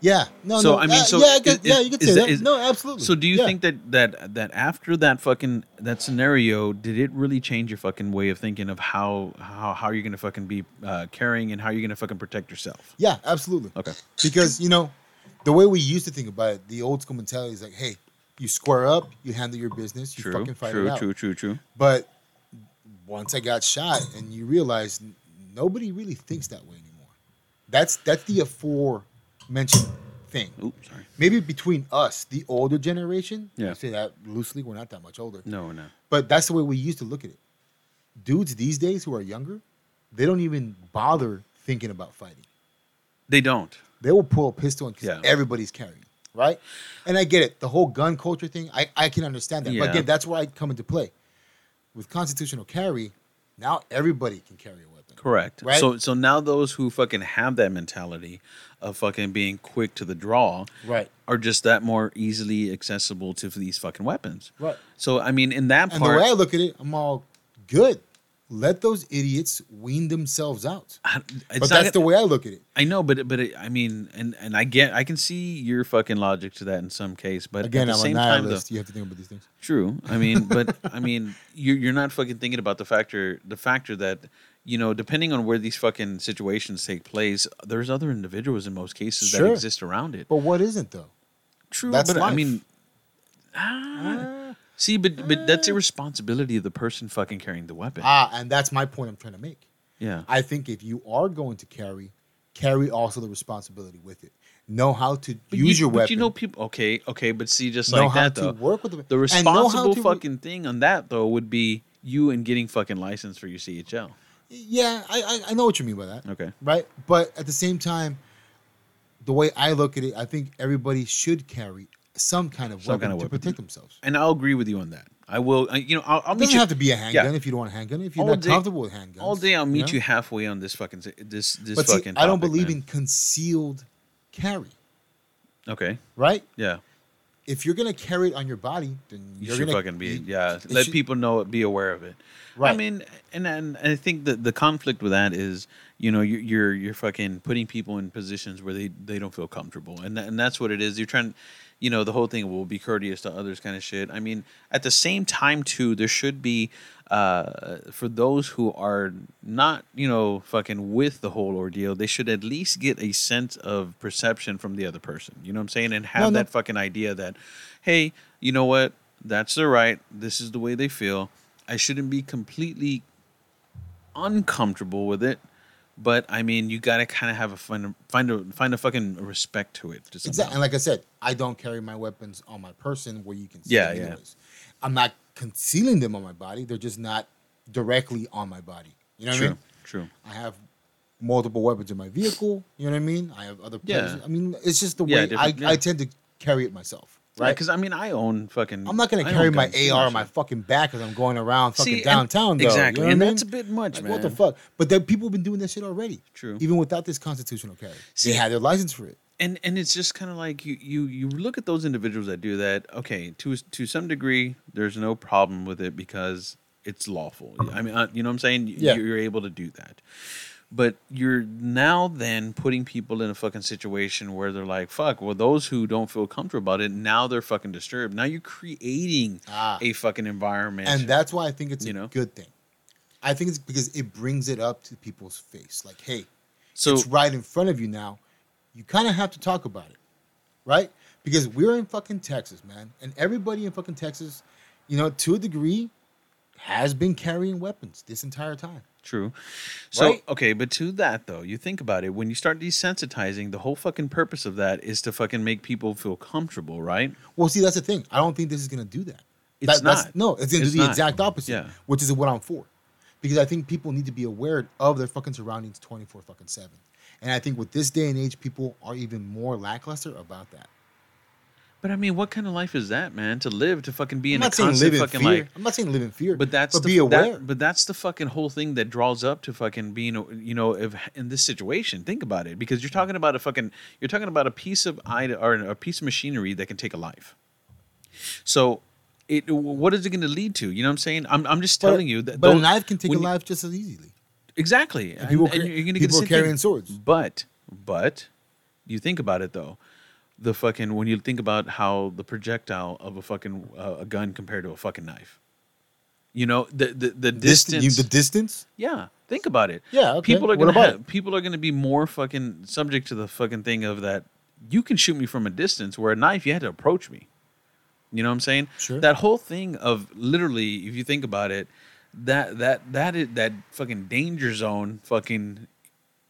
S2: Yeah, no,
S1: So,
S2: no.
S1: I mean,
S2: uh,
S1: so
S2: yeah, I could,
S1: is-
S2: yeah, you could
S1: is
S2: say
S1: that-
S2: that.
S1: is-
S2: no, absolutely.
S1: So do you
S2: Yeah.
S1: think that that that after that fucking that scenario, did it really change your fucking way of thinking of how how how you're gonna fucking be uh, caring and how you're gonna fucking protect yourself?
S2: Yeah, absolutely.
S1: Okay.
S2: Because you know, the way we used to think about it, the old school mentality is like, hey, you square up, you handle your business, you
S1: True.
S2: fucking fight
S1: True.
S2: it out.
S1: True. True. True.
S2: But once I got shot, and you realize n- nobody really thinks that way anymore. That's that's the aforementioned thing.
S1: Oops. Sorry.
S2: Maybe between us, the older generation,
S1: Yeah.
S2: I say that loosely. We're not that much older,
S1: No. No.
S2: but that's the way we used to look at it. Dudes these days who are younger, they don't even bother thinking about fighting
S1: They don't.
S2: they will pull a pistol on because
S1: Yeah.
S2: everybody's carrying, right? And I get it. The whole gun culture thing, I, I can understand that. But
S1: Yeah.
S2: again, that's where I come into play. With constitutional carry, now everybody can carry a weapon.
S1: Correct.
S2: Right?
S1: So so now those who fucking have that mentality of fucking being quick to the draw
S2: Right.
S1: are just that more easily accessible to these fucking weapons.
S2: Right.
S1: So I mean, in that
S2: And
S1: part,
S2: the way I look at it, I'm all good. Let those idiots wean themselves out.
S1: I, it's
S2: but
S1: not
S2: that's
S1: gonna-
S2: the way I look at it.
S1: I know, but but it, I mean, and and I get, I can see your fucking logic to that in some case, but
S2: Again,
S1: at the
S2: I'm a
S1: same time, though,
S2: nihilist. you have to think about these things.
S1: True. I mean, but I mean, you're you're not fucking thinking about the factor the factor that you know, depending on where these fucking situations take place, there's other individuals in most cases that
S2: Sure.
S1: exist around it.
S2: But what isn't though?
S1: True,
S2: That's
S1: but I
S2: life.
S1: mean, ah, see, but but that's irresponsibility of the person fucking carrying the weapon.
S2: Ah, and that's my point I'm trying to make.
S1: yeah,
S2: I think if you are going to carry, carry also the responsibility with it. Know how to
S1: But
S2: use
S1: you,
S2: your weapon.
S1: But you know, people. Okay, okay, but see, just
S2: know
S1: like
S2: how
S1: that
S2: to
S1: though,
S2: work with the,
S1: the
S2: and know how
S1: responsible
S2: to re-
S1: fucking thing on that though would be you and getting fucking license for your CHL.
S2: yeah, I, I I know what you mean by that.
S1: Okay.
S2: right? But at the same time, the way I look at it, I think everybody should carry some kind of
S1: Some
S2: weapon
S1: kind of
S2: to
S1: weapon.
S2: protect themselves.
S1: And I'll agree with you on that. I will. I, you know, I'll, I'll meet
S2: It doesn't
S1: you
S2: have to be a handgun
S1: yeah.
S2: if you don't want a handgun. If you're
S1: All
S2: not
S1: day-
S2: comfortable with handguns,
S1: all day. I'll meet
S2: know?
S1: you halfway on this fucking si- this this
S2: But see,
S1: fucking.
S2: I don't
S1: topic,
S2: believe
S1: man.
S2: in concealed carry,
S1: Okay.
S2: right?
S1: Yeah.
S2: if you're gonna carry it on your body, then
S1: You
S2: you're
S1: should
S2: gonna
S1: fucking be
S2: you-
S1: yeah.
S2: it
S1: Let
S2: should-
S1: people know it. Be aware of it. I
S2: Right.
S1: mean, and and I think that the conflict with that is, you know, you're you're, you're fucking putting people in positions where they, they don't feel comfortable, and that, and that's what it is. You're trying, you know, the whole thing will be courteous to others, kind of shit. I mean, at the same time too, there should be, uh, for those who are not, you know, fucking with the whole ordeal, they should at least get a sense of perception from the other person. You know what I'm saying? And have
S2: No, no.
S1: that fucking idea that, hey, you know what? That's their right. This is the way they feel. I shouldn't be completely uncomfortable with it. But I mean, you gotta kind of have a find a find a find a fucking respect to it. To
S2: Exactly.
S1: somehow.
S2: And like I said, I don't carry my weapons on my person where you can see
S1: Yeah,
S2: them
S1: yeah.
S2: anyways. I'm not concealing them on my body. They're just not directly on my body. You know what
S1: true,
S2: I mean?
S1: true.
S2: I have multiple weapons in my vehicle. You know what I mean? I have other
S1: Yeah.
S2: places. I mean, it's just the
S1: Yeah,
S2: way I,
S1: different- yeah.
S2: I tend to carry it myself.
S1: Right?
S2: Right.
S1: Because I mean, I own fucking.
S2: I'm not gonna
S1: I own
S2: carry my
S1: guns, too,
S2: AR on
S1: so-
S2: my fucking back as I'm going around fucking
S1: See, and-
S2: downtown. though, you
S1: exactly,
S2: know what
S1: and
S2: I mean?
S1: that's a bit much,
S2: Like, What the
S1: man.
S2: fuck? But then people have been doing that shit already.
S1: True.
S2: Even without this constitutional carry,
S1: See-
S2: they had their license for it.
S1: and and it's just kind of like you you you look at those individuals that do that okay to to some degree there's no problem with it because it's lawful i mean uh, you know what i'm saying You-
S2: Yeah.
S1: you're able to do that but you're now then putting people in a fucking situation where they're like fuck well those who don't feel comfortable about it now they're fucking disturbed now you're creating
S2: Ah.
S1: a fucking environment
S2: and that's why I think it's
S1: you
S2: a
S1: know?
S2: good thing. I think it's because it brings it up to people's face. Like, hey,
S1: so
S2: it's right in front of you now. You kind of have to talk about it, right? Because we're in fucking Texas, man, and everybody in fucking Texas, you know, to a degree, has been carrying weapons this entire time.
S1: True. So
S2: Right?
S1: okay, but to that though, you think about it. When you start desensitizing, the whole fucking purpose of that is to fucking make people feel comfortable, right?
S2: Well, see, that's the thing. I don't think this is gonna do that.
S1: It's
S2: That- that's-
S1: not.
S2: No, it's gonna
S1: It's
S2: do the
S1: not.
S2: exact opposite,
S1: Yeah.
S2: which is what I'm for. Because I think people need to be aware of their fucking surroundings 24 fucking seven. And I think with this day and age, people are even more lackluster about that.
S1: But I mean, what kind of life is that, man? To live, to fucking be
S2: I'm
S1: in a
S2: not saying
S1: constant
S2: live in
S1: fucking
S2: fear.
S1: like.
S2: I'm not saying live in fear.
S1: But that's
S2: but
S1: the,
S2: be aware.
S1: That, but that's the fucking whole thing that draws up to fucking being, a- you know, if, in this situation. Think about it, because you're talking about a fucking, you're talking about a piece of ide- or a piece of machinery that can take a life. So, it what is it going to lead to? You know what I'm saying? I'm I'm just
S2: But-
S1: telling you that.
S2: But a
S1: those-
S2: knife can take a
S1: when you-
S2: life just as easily.
S1: Exactly. And,
S2: people
S1: and
S2: car-
S1: you're gonna get the
S2: people
S1: same
S2: carrying
S1: thing.
S2: swords.
S1: But but you think about it though. The fucking when you think about how the projectile of a fucking uh, a gun compared to a fucking knife. You know, the the, the
S2: Distan-
S1: distance.
S2: you- the distance.
S1: yeah. Think about it.
S2: Yeah, okay.
S1: People are
S2: What
S1: gonna
S2: about
S1: have, people are gonna be more fucking subject to the fucking thing of that you can shoot me from a distance where a knife you had to approach me. You know what I'm saying?
S2: Sure.
S1: That whole thing of literally, if you think about it, that that that is that fucking danger zone fucking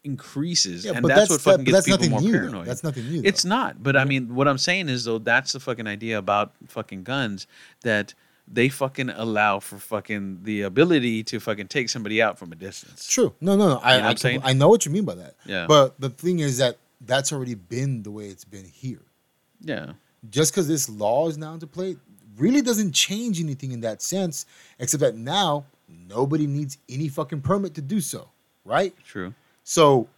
S1: increases,
S2: Yeah,
S1: and
S2: but
S1: that's,
S2: that's-
S1: what fucking
S2: that-
S1: gets
S2: that's
S1: people
S2: nothing
S1: more
S2: new, though.
S1: paranoid.
S2: That's nothing new,
S1: It's
S2: though.
S1: not. But I mean, what I'm saying is though, that's the fucking idea about fucking guns that they fucking allow for fucking the ability to fucking take somebody out from a distance.
S2: True. No, no, no. I,
S1: You know what
S2: I,
S1: I'm saying?
S2: I know what you mean by that.
S1: Yeah.
S2: But the thing is that that's already been the way it's been here.
S1: Yeah.
S2: Just because this law is now into play really doesn't change anything in that sense, except that now nobody needs any fucking permit to do so, right?
S1: True.
S2: So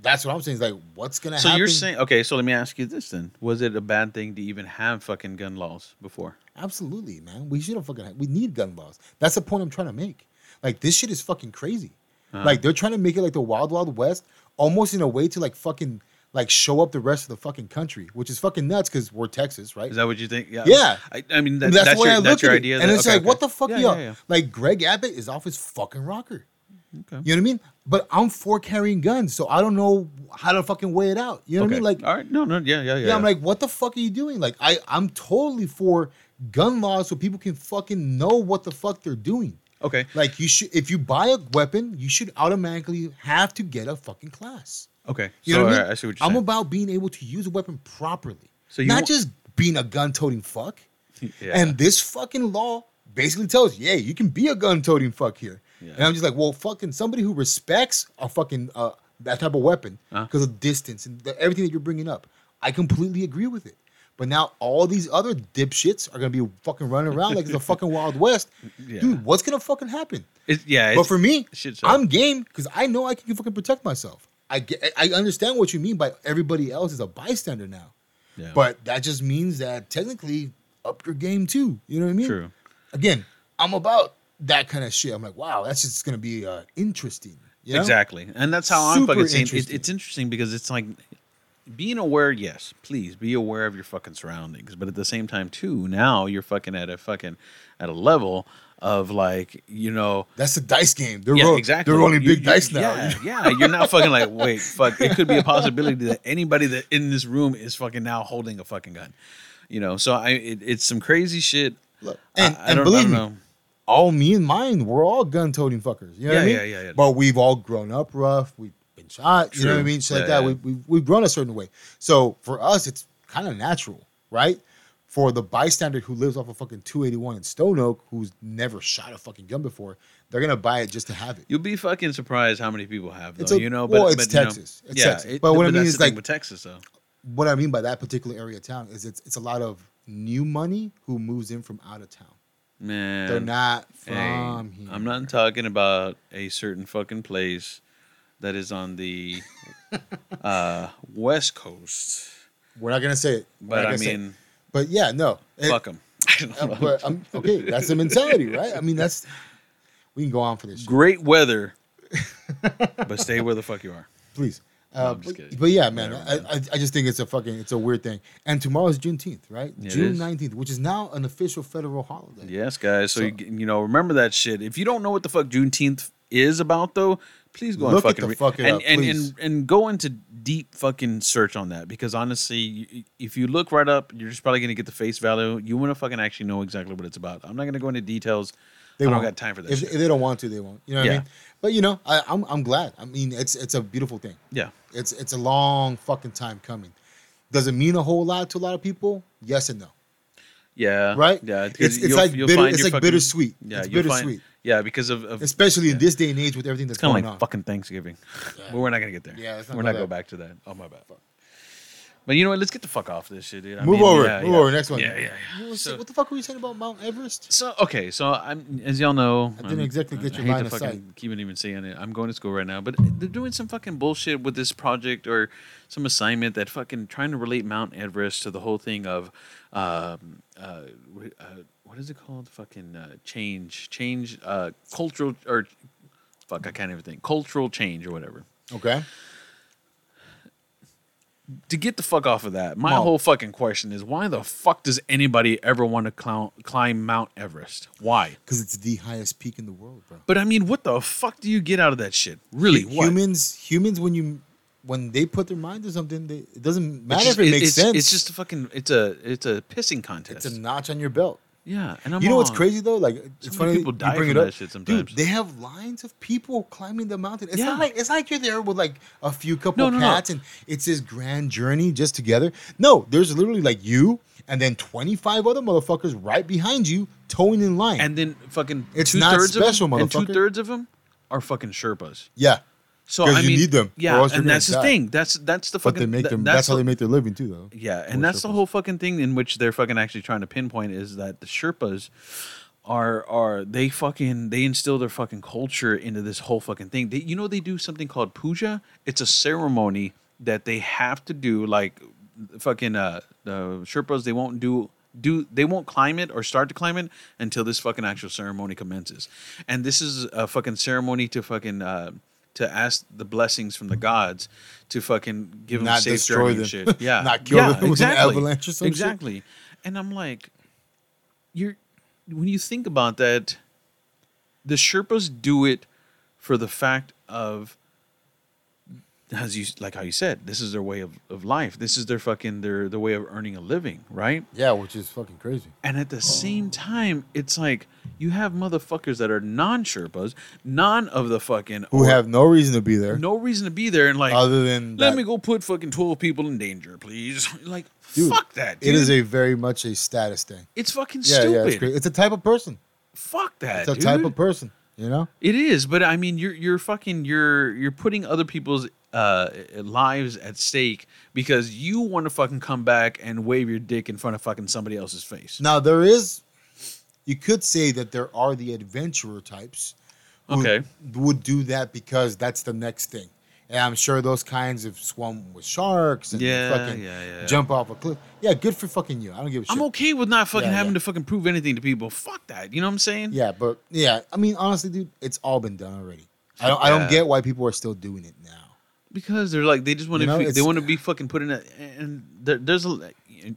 S2: that's what I'm saying. Is like, what's gonna
S1: So
S2: happen?
S1: you're saying okay? So let me ask you this then: Was it a bad thing to even have fucking gun laws before?
S2: Absolutely, man. We should have fucking. Have, we need gun laws. That's the point I'm trying to make. Like this shit is fucking crazy. Like they're trying to make it like the wild wild west, almost in a way to like fucking like show up the rest of the fucking country, which is fucking nuts because we're Texas, right?
S1: Is that what you think?
S2: Yeah.
S1: I, I mean, that,
S2: I mean,
S1: that's,
S2: the way
S1: your,
S2: I
S1: that's
S2: look
S1: your
S2: at it.
S1: idea.
S2: And
S1: that-
S2: it's
S1: okay,
S2: like, what
S1: okay.
S2: the fuck,
S1: yeah,
S2: y'all?
S1: Yeah, yeah.
S2: Like Greg Abbott is off his fucking rocker.
S1: Okay.
S2: You know what I mean? But I'm for carrying guns, so I don't know how to fucking weigh it out. You know
S1: okay.
S2: what I mean? Like,
S1: all right, no, no, yeah, yeah, yeah.
S2: yeah, I'm like, what the fuck are you doing? Like, I I'm totally for gun laws so people can fucking know what the fuck they're doing.
S1: okay,
S2: Like, you should if you buy a weapon, you should automatically have to get a fucking class.
S1: okay.
S2: You
S1: so
S2: know what
S1: all
S2: I
S1: right,
S2: mean?
S1: I see what you're
S2: am
S1: saying.
S2: about being able to use a weapon properly,
S1: So
S2: so
S1: you
S2: you not
S1: want-
S2: just being a gun-toting fuck.
S1: Yeah.
S2: And this fucking law basically tells, you, yeah, you can be a gun-toting fuck here.
S1: Yeah.
S2: And I'm just like, well, fucking somebody who respects a fucking uh, that type of weapon
S1: Uh-huh.
S2: because of distance and the, everything that you're bringing up, I completely agree with it. But now all these other dipshits are gonna be fucking running around like it's the fucking Wild West,
S1: Yeah.
S2: dude. What's gonna fucking happen?
S1: It's- yeah,
S2: but
S1: it's-
S2: for me,
S1: shit, so-
S2: I'm game because I know I can fucking protect myself. I get, I understand what you mean by everybody else is a bystander now.
S1: Yeah.
S2: But that just means that technically up your game too. You know what I mean?
S1: True.
S2: Again, I'm about that kind of shit. I'm like, wow, that's just gonna be uh, interesting. You know?
S1: Exactly. And that's how I'm
S2: Super
S1: fucking seeing it.
S2: interesting.
S1: It's interesting because it's like being aware, yes, please be aware of your fucking surroundings. But at the same time, too, now you're fucking at a fucking at a level of like, you know,
S2: That's the dice game. They're
S1: yeah,
S2: roll-
S1: exactly.
S2: They're rolling
S1: You-
S2: big
S1: you-
S2: dice now.
S1: Yeah, yeah. You're not fucking like, wait, fuck. It could be a possibility that anybody that in this room is fucking now holding a fucking gun. You know, so I it, it's some crazy shit.
S2: Look, and,
S1: I- I
S2: and
S1: don't- I
S2: believe
S1: don't
S2: me,
S1: know.
S2: all me and mine, we're all gun toting fuckers. You know what I
S1: Yeah,
S2: mean?
S1: yeah, yeah, yeah.
S2: But we've all grown up rough. We've been shot. You know what I
S1: True.
S2: mean? Shit like
S1: Yeah,
S2: that.
S1: yeah.
S2: We, we, we've grown a certain way. So for us, it's kind of natural, right? For the bystander who lives off of fucking 281 in Stone Oak, who's never shot a fucking gun before, they're going to buy it just to have it.
S1: You'll be fucking surprised how many people have, though.
S2: It's a-
S1: you know, but,
S2: well, it's
S1: but, you know,
S2: Texas. It's
S1: yeah,
S2: Texas. But what I mean
S1: that's
S2: is,
S1: the thing
S2: like-
S1: with Texas, though.
S2: What I mean by that particular area of town is it's, it's a lot of new money who moves in from out of town.
S1: Man,
S2: They're not
S1: Hey,
S2: from here.
S1: I'm not talking about a certain fucking place that is on the uh, West Coast.
S2: We're not gonna say it. We're
S1: But
S2: not
S1: I
S2: gonna say it.
S1: mean,
S2: but yeah, no. It-
S1: fuck 'em.
S2: uh, but I'm, okay, that's the mentality, right? I mean, that's we can go on for this, shit,
S1: Great weather, but stay where the fuck you are.
S2: please. Uh,
S1: No, I'm just
S2: but,
S1: kidding.
S2: but yeah, man,
S1: Whatever,
S2: I, I, I just think it's a fucking it's a weird thing. And tomorrow's Juneteenth, right?
S1: Yeah, it
S2: June
S1: is.
S2: nineteenth, which is now an official federal holiday.
S1: Yes, guys. So,
S2: So-
S1: you you, you know, remember that shit. If you don't know what the fuck Juneteenth is about, though, please go and
S2: Look at
S1: fucking
S2: the
S1: re-
S2: fuck it
S1: and,
S2: up,
S1: and,
S2: please.
S1: and and go into deep fucking search on that because honestly, you- if you look right up, you're just probably gonna get the face value. You want to fucking actually know exactly what it's about. I'm not gonna go into details. I don't
S2: won't.
S1: got time for that.
S2: If,
S1: shit.
S2: if they don't want to, they won't. You know what I
S1: Yeah.
S2: mean? But you know, I, I'm I'm glad. I mean, it's it's a beautiful thing.
S1: yeah,
S2: It's it's a long fucking time coming. Does it mean a whole lot to a lot of people? Yes and no.
S1: yeah,
S2: Right?
S1: Yeah,
S2: It's-
S1: 'cause
S2: it's like bitter- it's
S1: your
S2: like bittersweet.
S1: Yeah,
S2: It's
S1: you'll find-
S2: bittersweet.
S1: yeah, because of, of it's
S2: Especially in this day and age with everything that's
S1: kind
S2: going
S1: of like
S2: on.
S1: fucking Thanksgiving. but we're not gonna get there.
S2: Yeah, let's not
S1: we're
S2: go
S1: not
S2: there.
S1: go back to that. Oh my bad. But you know what? Let's get the fuck off this shit, dude. I
S2: Move
S1: mean,
S2: over.
S1: yeah,
S2: Move
S1: yeah.
S2: over. Next one.
S1: Yeah, yeah,
S2: What,
S1: yeah.
S2: was-
S1: So,
S2: what the fuck were you saying about Mount Everest?
S1: so okay, so I'm as y'all know.
S2: I didn't
S1: I'm-
S2: exactly get
S1: I
S2: your
S1: hate
S2: line
S1: to
S2: of
S1: fucking
S2: sight.
S1: Keep it even saying it. I'm going to school right now, but they're doing some fucking bullshit with this project or some assignment that fucking trying to relate Mount Everest to the whole thing of, um, uh, wh- uh, what is it called? Fucking uh, change, change, uh, cultural or, fuck, I can't even think. Cultural change or whatever.
S2: Okay.
S1: to get the fuck off of that, my
S2: Mom.
S1: whole fucking question is why the fuck does anybody ever want to clown, climb Mount Everest? Why?
S2: Because it's the highest peak in the world, bro.
S1: But I mean, what the fuck do you get out of that shit? Really? What?
S2: humans, humans, when you when they put their mind to something, they, it doesn't
S1: It's
S2: matter
S1: just-
S2: if it
S1: it-
S2: makes
S1: it's,
S2: sense.
S1: It's just a fucking. It's a. It's a pissing contest.
S2: it's a notch on your belt.
S1: yeah, and I'm.
S2: you know what's
S1: on.
S2: crazy though? Like it's
S1: many
S2: funny
S1: people
S2: you
S1: die
S2: bring
S1: from
S2: it up.
S1: that shit sometimes.
S2: Dude, they have lines of people climbing the mountain. It's
S1: Yeah.
S2: not like it's not like you're there with like a few couple
S1: No, no, no.
S2: cats and it's this grand journey just together. No, there's literally like you and then 25 other motherfuckers right behind you towing in line.
S1: And then fucking.
S2: It's
S1: two
S2: not
S1: thirds
S2: special,
S1: of them,
S2: motherfucker.
S1: And two thirds of them are fucking Sherpas.
S2: yeah.
S1: So
S2: 'Cause
S1: I
S2: you
S1: mean,
S2: need them, or
S1: Yeah,
S2: else you're
S1: and
S2: gonna
S1: that's
S2: die.
S1: the thing. That's that's the
S2: But
S1: fucking.
S2: they make
S1: th-
S2: them that's, how
S1: the-
S2: they make their living too though.
S1: Yeah,
S2: Or
S1: and that's the
S2: Sherpas.
S1: whole fucking thing in which they're fucking actually trying to pinpoint is that the Sherpas are are they fucking they instill their fucking culture into this whole fucking thing. They, you know they do something called puja. It's a ceremony that they have to do. Like fucking uh, the Sherpas, they won't do do they won't climb it or start to climb it until this fucking actual ceremony commences. And this is a fucking ceremony to fucking. Uh, to ask the blessings from the gods to fucking give
S2: Not
S1: them safe
S2: destroy
S1: journey and
S2: them.
S1: shit. Yeah,
S2: Not kill
S1: yeah,
S2: them with an avalanche or some shit.
S1: Exactly. And I'm like, you're when you think about that, the Sherpas do it for the fact of as you like how you said, this is their way of, of life. This is their fucking their the way of earning a living, right?
S2: Yeah, which is fucking crazy.
S1: And at the
S2: Oh.
S1: same time, it's like you have motherfuckers that are non Sherpas, none of the fucking
S2: Who have no reason to be there.
S1: no reason to be there and like
S2: Other than
S1: let
S2: that-
S1: me go put fucking 12 people in danger please like
S2: Dude,
S1: fuck that dude.
S2: It is a very much a status thing.
S1: it's fucking
S2: Yeah, yeah, it's,
S1: stupid
S2: cra- it's a type of person.
S1: fuck that
S2: It's a
S1: dude.
S2: type of person, you know?
S1: it is but i mean you're you're fucking you're you're putting other people's uh lives at stake because you want to fucking come back and wave your dick in front of fucking somebody else's face
S2: Now there is, you could say that there are the adventurer types. Who
S1: Okay.
S2: Would do that because that's the next thing. And I'm sure those kinds have swum with sharks and
S1: Yeah,
S2: fucking
S1: yeah, yeah.
S2: jump off a cliff. Yeah, good for fucking you. I don't give a shit.
S1: I'm okay with not fucking
S2: Yeah,
S1: having
S2: yeah.
S1: to fucking prove anything to people. Fuck that. You know what I'm saying?
S2: Yeah, but yeah, I mean, honestly, dude, it's all been done already. I don't, I don't
S1: Yeah.
S2: get why people are still doing it now.
S1: Because they're like they just want to
S2: You know,
S1: they
S2: it's-
S1: want to be fucking put in a and there, there's a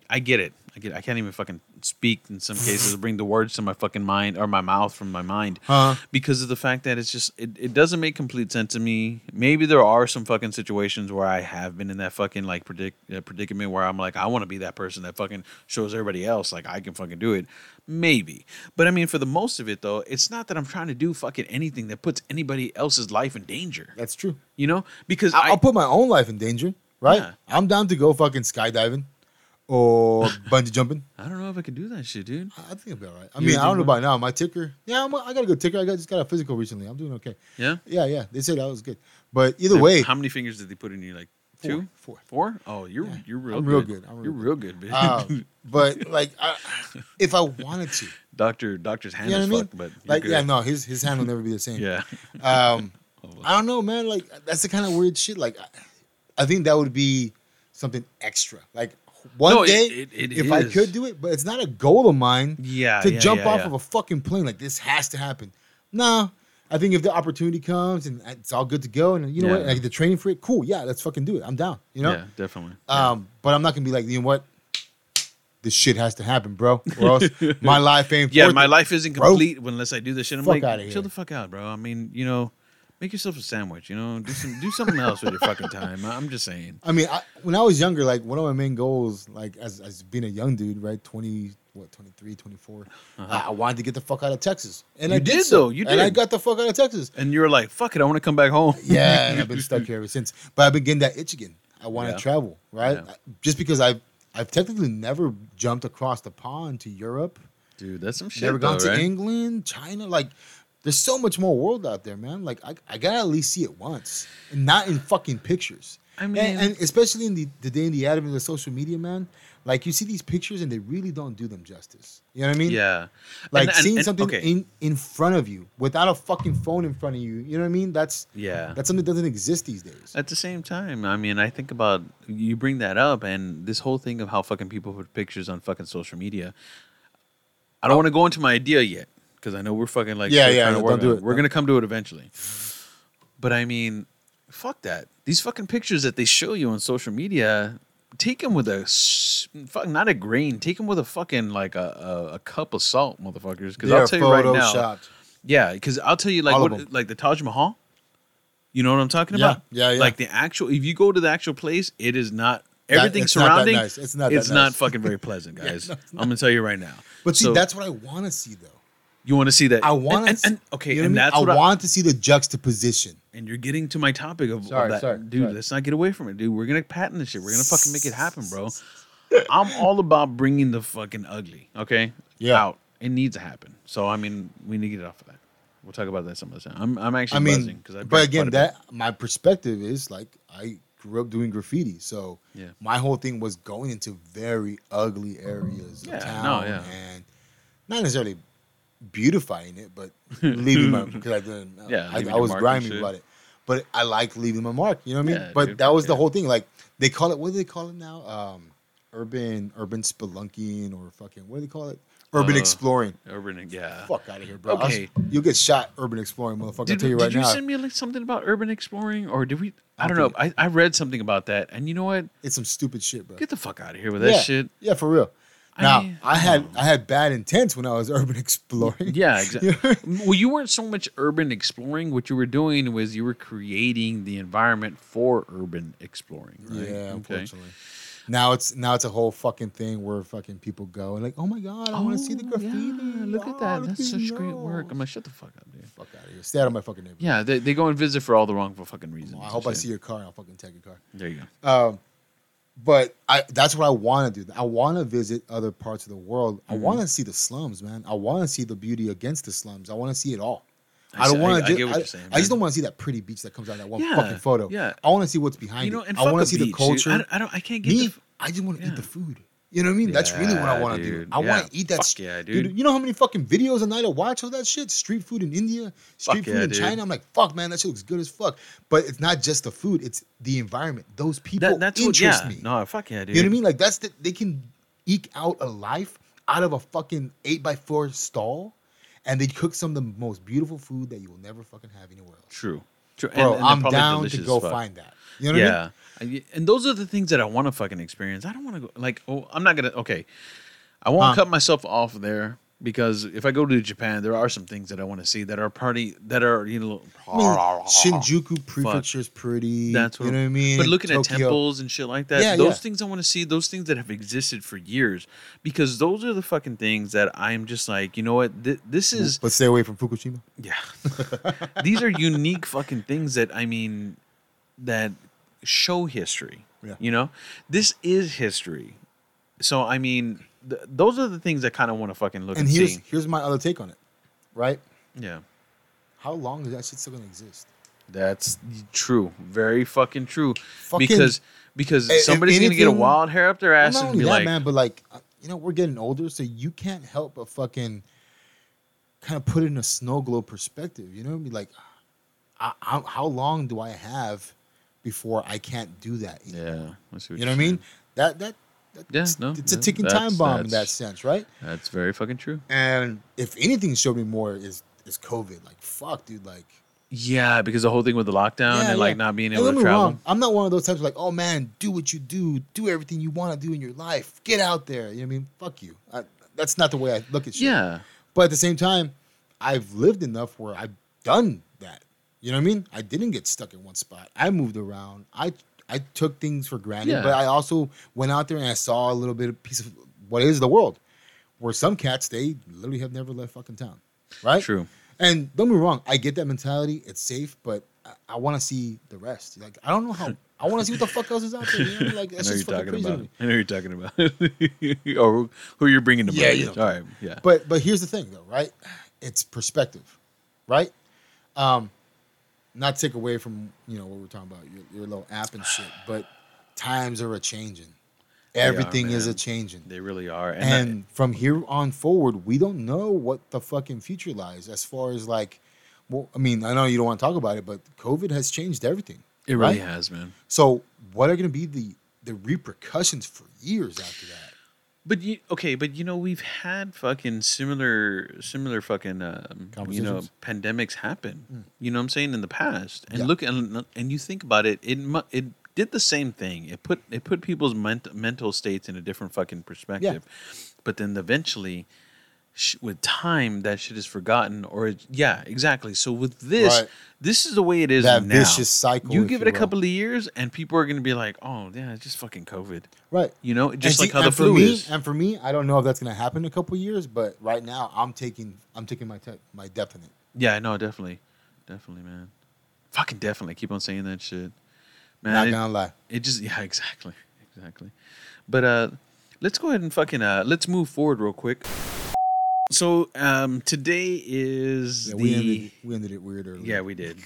S1: I get it. I get I can't even fucking speak in some cases or bring the words to my fucking mind or my mouth from my mind
S2: Huh?
S1: because of the fact that it's just it, it doesn't make complete sense to me. Maybe there are some fucking situations where I have been in that fucking like predic- uh, predicament where I'm like I want to be that person that fucking shows everybody else like I can fucking do it. Maybe. But I mean for the most of it though, it's not that I'm trying to do fucking anything that puts anybody else's life in danger.
S2: That's true.
S1: You know? Because
S2: I,
S1: I,
S2: will put my own life in danger, right?
S1: Yeah.
S2: I'm down to go fucking skydiving or bungee jumping.
S1: I don't know if I could do that shit, dude.
S2: I I think I'll be all right. I
S1: You
S2: mean,
S1: would
S2: I don't
S1: do
S2: know about now. My ticker, yeah, I'm, a- I got a good ticker. I got, just got a physical recently. I'm doing okay.
S1: Yeah.
S2: Yeah, yeah. They said I was good. But either way,
S1: how many fingers did they put in you? Like
S2: Four,
S1: two,
S2: four.
S1: four. Oh, you're you're real.
S2: I'm
S1: good.
S2: real good. I'm real
S1: you're real good, bitch.
S2: um, but like, I, if I wanted to,
S1: Doctor, doctor's hand
S2: you know what I
S1: is
S2: mean?
S1: fucked, but you're
S2: like,
S1: good.
S2: yeah, no, his his hand will never be the same.
S1: yeah.
S2: Um,
S1: Hold
S2: I don't know, man. Like that's the kind of weird shit. Like, I- I think that would be something extra. Like one
S1: No, it-
S2: day,
S1: it- it
S2: if I
S1: is.
S2: could do it, but it's not a goal of mine.
S1: Yeah,
S2: to
S1: yeah,
S2: jump
S1: yeah,
S2: off
S1: yeah.
S2: of a fucking plane like this has to happen. No, I think if the opportunity comes and it's all good to go, and you know what,
S1: Yeah.
S2: and I get the training for it. Cool, yeah, let's fucking do it. I'm down. You know.
S1: yeah, definitely.
S2: Um, but I'm not gonna be like, you know what, this shit has to happen, bro, or else my life ain't.
S1: yeah,
S2: worth
S1: my
S2: it.
S1: life isn't
S2: bro.
S1: complete unless I do this shit. I'm
S2: Fuck
S1: like,
S2: outta
S1: chill
S2: here.
S1: the fuck out, bro. I mean, you know, make yourself a sandwich. You know, do some do something else with your fucking time. I- I'm just saying.
S2: I mean, I, when I was younger, like one of my main goals, like as, as being a young dude, right, 20, what, 23, 24, I, I wanted to get the fuck out of Texas. And
S1: Uh-huh. You
S2: I
S1: did,
S2: so.
S1: though. You
S2: And I
S1: did.
S2: got the fuck out of Texas.
S1: And you're like, fuck it, I want to come back home.
S2: Yeah, and I've been stuck here ever since. But I've been getting that itch again. I want to
S1: Yeah.
S2: travel, right?
S1: Yeah.
S2: Just because I've, I've technically never jumped across the pond to Europe,
S1: dude, that's some shit.
S2: never gone
S1: though,
S2: to
S1: right?
S2: England, China. Like, there's so much more world out there, man. Like, I, I gotta at least see it once, and not in fucking pictures.
S1: I
S2: And-
S1: mean-
S2: and, especially in the, the day and the advent of social media, man. Like, you see these pictures, and they really don't do them justice. You know what I mean?
S1: Yeah,
S2: Like
S1: And- and-
S2: seeing
S1: and-
S2: something
S1: okay.
S2: in in front of you without a fucking phone in front of you. You know what I mean? That's
S1: Yeah.
S2: That's something that doesn't exist these days.
S1: At the same time, I mean, I think about you bring that up and this whole thing of how fucking people put pictures on fucking social media. I don't want to go into my idea yet because I know we're fucking like
S2: Oh. Yeah,
S1: still
S2: yeah,
S1: trying to
S2: don't
S1: work
S2: do
S1: on
S2: it.
S1: We're gonna come to it eventually. But I mean, fuck that. These fucking pictures that they show you on social media, take them with a s- fuck, not a grain. Take them with a fucking like a, a, a cup of salt, motherfuckers. Because I'll tell you right now,
S2: photoshopped.
S1: yeah, because I'll tell you like
S2: All of them.
S1: what, like the Taj Mahal. You know what I'm talking
S2: Yeah,
S1: about?
S2: yeah, yeah.
S1: Like the actual, if you go to the actual place, it is not
S2: That-
S1: everything
S2: it's not that
S1: surrounding.
S2: nice. It's not that
S1: It's not
S2: nice.
S1: fucking very pleasant,
S2: Yeah,
S1: guys.
S2: no,
S1: I'm gonna tell you right now.
S2: But see,
S1: So,
S2: that's what I want to see, though.
S1: you want to see that.
S2: I want
S1: and,
S2: to
S1: and, and- okay,
S2: you know what
S1: and
S2: I mean?
S1: that's what
S2: I
S1: I
S2: want to see the juxtaposition.
S1: And you're getting to my topic of, of
S2: Sorry,
S1: that,
S2: sorry,
S1: dude.
S2: sorry.
S1: Let's not get away from it, dude. We're gonna patent this shit. We're gonna fucking make it happen, bro. I'm all about bringing the fucking ugly. Okay,
S2: Yeah.
S1: out. It needs to happen. So I mean, we need to get off of that. We'll talk about that some other time. I'm, I'm actually
S2: I mean,
S1: buzzing because I
S2: but
S1: drank
S2: again,
S1: quite a bit.
S2: that my perspective is like I grew up doing graffiti, so
S1: Yeah.
S2: my whole thing was going into very ugly areas
S1: Yeah,
S2: of
S1: no,
S2: town
S1: yeah.
S2: and not necessarily beautifying it, but leaving my because I didn't.
S1: Yeah,
S2: I,
S1: leaving
S2: I
S1: your
S2: was
S1: mark and
S2: grimy
S1: shit.
S2: about it, but I like leaving my mark. You know what I mean?
S1: Yeah,
S2: but
S1: dude,
S2: that was the
S1: yeah.
S2: whole thing. Like they call it. What do they call it now? Um, urban, urban spelunking, or fucking what do they call it? Urban
S1: Uh,
S2: exploring.
S1: Urban, yeah.
S2: Fuck out of here, bro. I'll-
S1: okay.
S2: you'll get shot urban exploring, motherfucker.
S1: Did,
S2: I'll tell you
S1: did
S2: right
S1: you
S2: now.
S1: send me like something about urban exploring, or did we? I
S2: don't
S1: don't know. I, I read something about that, and you know what?
S2: It's some stupid shit, bro.
S1: Get the fuck out of here with that
S2: yeah.
S1: shit.
S2: Yeah, for real.
S1: I
S2: Now
S1: mean-
S2: I had I had bad intents when I was urban exploring.
S1: Yeah, exactly. well, you weren't so much urban exploring. What you were doing was you were creating the environment for urban exploring. Right?
S2: Yeah, unfortunately. Now it's now it's a whole fucking thing where fucking people go and like, oh my god, I want to see the
S1: Oh,
S2: graffiti.
S1: yeah, look
S2: Oh,
S1: at that. That's
S2: these
S1: such great work.
S2: murals."
S1: I'm like, shut the fuck up, dude.
S2: fuck out of here. Stay out of my fucking neighborhood.
S1: Yeah, they, they go and visit for all the wrong fucking reasons.
S2: I hope I
S1: shit.
S2: see your car. and I'll fucking tag your car.
S1: There you go.
S2: Um, but I that's what I want to do. I want to visit other parts of the world. I
S1: Mm-hmm.
S2: want to see the slums, man. I want to see the beauty against the slums. I want to see it all.
S1: I
S2: I, don't
S1: see-
S2: want
S1: I- I
S2: to.
S1: get what
S2: I,
S1: you're saying,
S2: I just
S1: man.
S2: don't want to see that pretty beach that comes out in that one
S1: Yeah,
S2: fucking photo.
S1: yeah.
S2: I want to see what's behind
S1: You know,
S2: it.
S1: and
S2: I
S1: fuck
S2: want
S1: a
S2: to see the
S1: beach, dude.
S2: culture.
S1: I don't- I don't. I can't get.
S2: Me,
S1: the f-
S2: I just want to
S1: yeah.
S2: eat the food. You know what I mean? That's really what I
S1: Yeah,
S2: want to do.
S1: dude.
S2: I
S1: Yeah.
S2: want to eat that.
S1: Fuck
S2: st-
S1: yeah, dude.
S2: You know how many fucking videos a night I watch of that shit? Street food in India,
S1: Fuck
S2: street food
S1: yeah,
S2: in
S1: dude.
S2: China. I'm like, fuck, man, that shit looks good as fuck. But it's not just the food; it's the environment. Those people
S1: That, that's what,
S2: interest
S1: yeah.
S2: me.
S1: No, fuck yeah, dude.
S2: You know what I mean? Like that's the, they can eke out a life out of a fucking eight by four stall, and they cook some of the most beautiful food that you will never fucking have anywhere else.
S1: True. True.
S2: Bro,
S1: they're
S2: I'm
S1: probably
S2: down to
S1: delicious
S2: go
S1: as fuck.
S2: find that. You know what I mean?
S1: yeah. I- and those are the things that I want to fucking experience. I don't want to go like oh I'm not gonna okay. I won't
S2: Huh.
S1: cut myself off there because if I go to Japan, there are some things that I want to see that are party that are you know
S2: I mean, Shinjuku prefecture's pretty.
S1: That's what
S2: you know what I mean.
S1: But looking at
S2: Tokyo.
S1: temples and shit like that,
S2: Yeah,
S1: those
S2: yeah.
S1: things I want to see, those things that have existed for years, because those are the fucking things that I'm just like, you know what, Th- this is
S2: but stay away from Fukushima.
S1: yeah. These are unique fucking things that I mean that show history.
S2: Yeah.
S1: You know? This is history. So I mean th- those are the things I kind of want to fucking look
S2: And
S1: and,
S2: here's
S1: see.
S2: here's my other take on it, right?
S1: Yeah.
S2: How long is that shit still gonna exist?
S1: That's true. Very fucking true.
S2: Fucking-
S1: because because
S2: If- if
S1: somebody's gonna get
S2: anything-
S1: a wild hair up their
S2: Well,
S1: ass
S2: not
S1: and
S2: only
S1: be
S2: that,
S1: like
S2: man, but like uh, you know, we're getting older, so you can't help but fucking kind of put it in a snow globe perspective. You know, what I mean? like, I, I, how long do I have before I can't do that? anymore?
S1: Yeah. Let's see
S2: you know what I mean? That that. that
S1: Yeah,
S2: it's,
S1: no,
S2: it's a
S1: yeah,
S2: ticking
S1: that's-
S2: time bomb in that
S1: that's-
S2: sense, right?
S1: That's very fucking true.
S2: And if anything showed me more is is COVID. Like fuck, dude. Like
S1: Yeah, because the whole thing with the lockdown
S2: Yeah,
S1: and like
S2: yeah.
S1: not being
S2: And
S1: able
S2: don't
S1: to
S2: get me
S1: travel.
S2: wrong, I'm not one of those types like, oh man, do what you do, do everything you want to do in your life, get out there. You know what I mean? Fuck you. I, that's not the way I look at shit.
S1: Yeah.
S2: But at the same time, I've lived enough where I've done that. You know what I mean? I didn't get stuck in one spot. I moved around. I I took things for granted,
S1: Yeah.
S2: but I also went out there and I saw a little bit of piece of what is the world, where some cats they literally have never left fucking town, right?
S1: True.
S2: And don't be wrong, I get that mentality. It's safe, but I, I want to see the rest. Like I don't know how. I want to see what the fuck else is out there. You know? Like
S1: I
S2: that's
S1: know you're
S2: just
S1: talking
S2: fucking crazy. to
S1: about.
S2: me.
S1: I know you're talking about. or who- who you're bringing to mind.
S2: Yeah, yeah.
S1: All right. Yeah.
S2: But but here's the thing though, right? It's perspective, right? Um, not take away from you know what we're talking about your, your little app and shit, but times are a changing.
S1: are,
S2: Everything is a
S1: man.
S2: changing.
S1: they really are. And,
S2: and
S1: that-
S2: from here on forward, we don't know what the fucking future lies as far as like, well, I mean, I know you don't want to talk about it, but COVID has changed everything.
S1: it really
S2: right?
S1: has, man.
S2: So, what are going to be the the repercussions for years after that?
S1: But you okay? But you know we've had fucking similar, similar fucking um, you know
S2: Conversations? Hmm.
S1: pandemics happen. You know what I'm saying in the past. And
S2: Yeah.
S1: look and and you think about it, it mu- it did the same thing. It put it put people's ment- mental states in a different fucking perspective. But then eventually. sh- With time, that shit is forgotten, or it, yeah, exactly. So with this,
S2: Right.
S1: this is the way it is
S2: That
S1: now.
S2: vicious cycle,
S1: You
S2: if
S1: give
S2: you
S1: it a
S2: will.
S1: couple of years, and people are going to be like, "Oh, yeah, it's just fucking COVID."
S2: Right.
S1: You know, just
S2: And
S1: like
S2: see-
S1: how the
S2: and for
S1: flu
S2: me,
S1: is.
S2: And for me, I don't know if that's gonna happen in a couple years, but right now I'm taking I'm taking my te- my depth in it.
S1: Yeah, I know, definitely. Definitely, man. Fucking definitely. Keep on saying that shit.
S2: Not
S1: Man,
S2: gonna lie.
S1: it, it just yeah, exactly. Exactly. But uh let's go ahead and fucking uh let's move forward real quick. So um today is
S2: Yeah,
S1: the
S2: we ended we ended it weird earlier.
S1: Yeah, we did.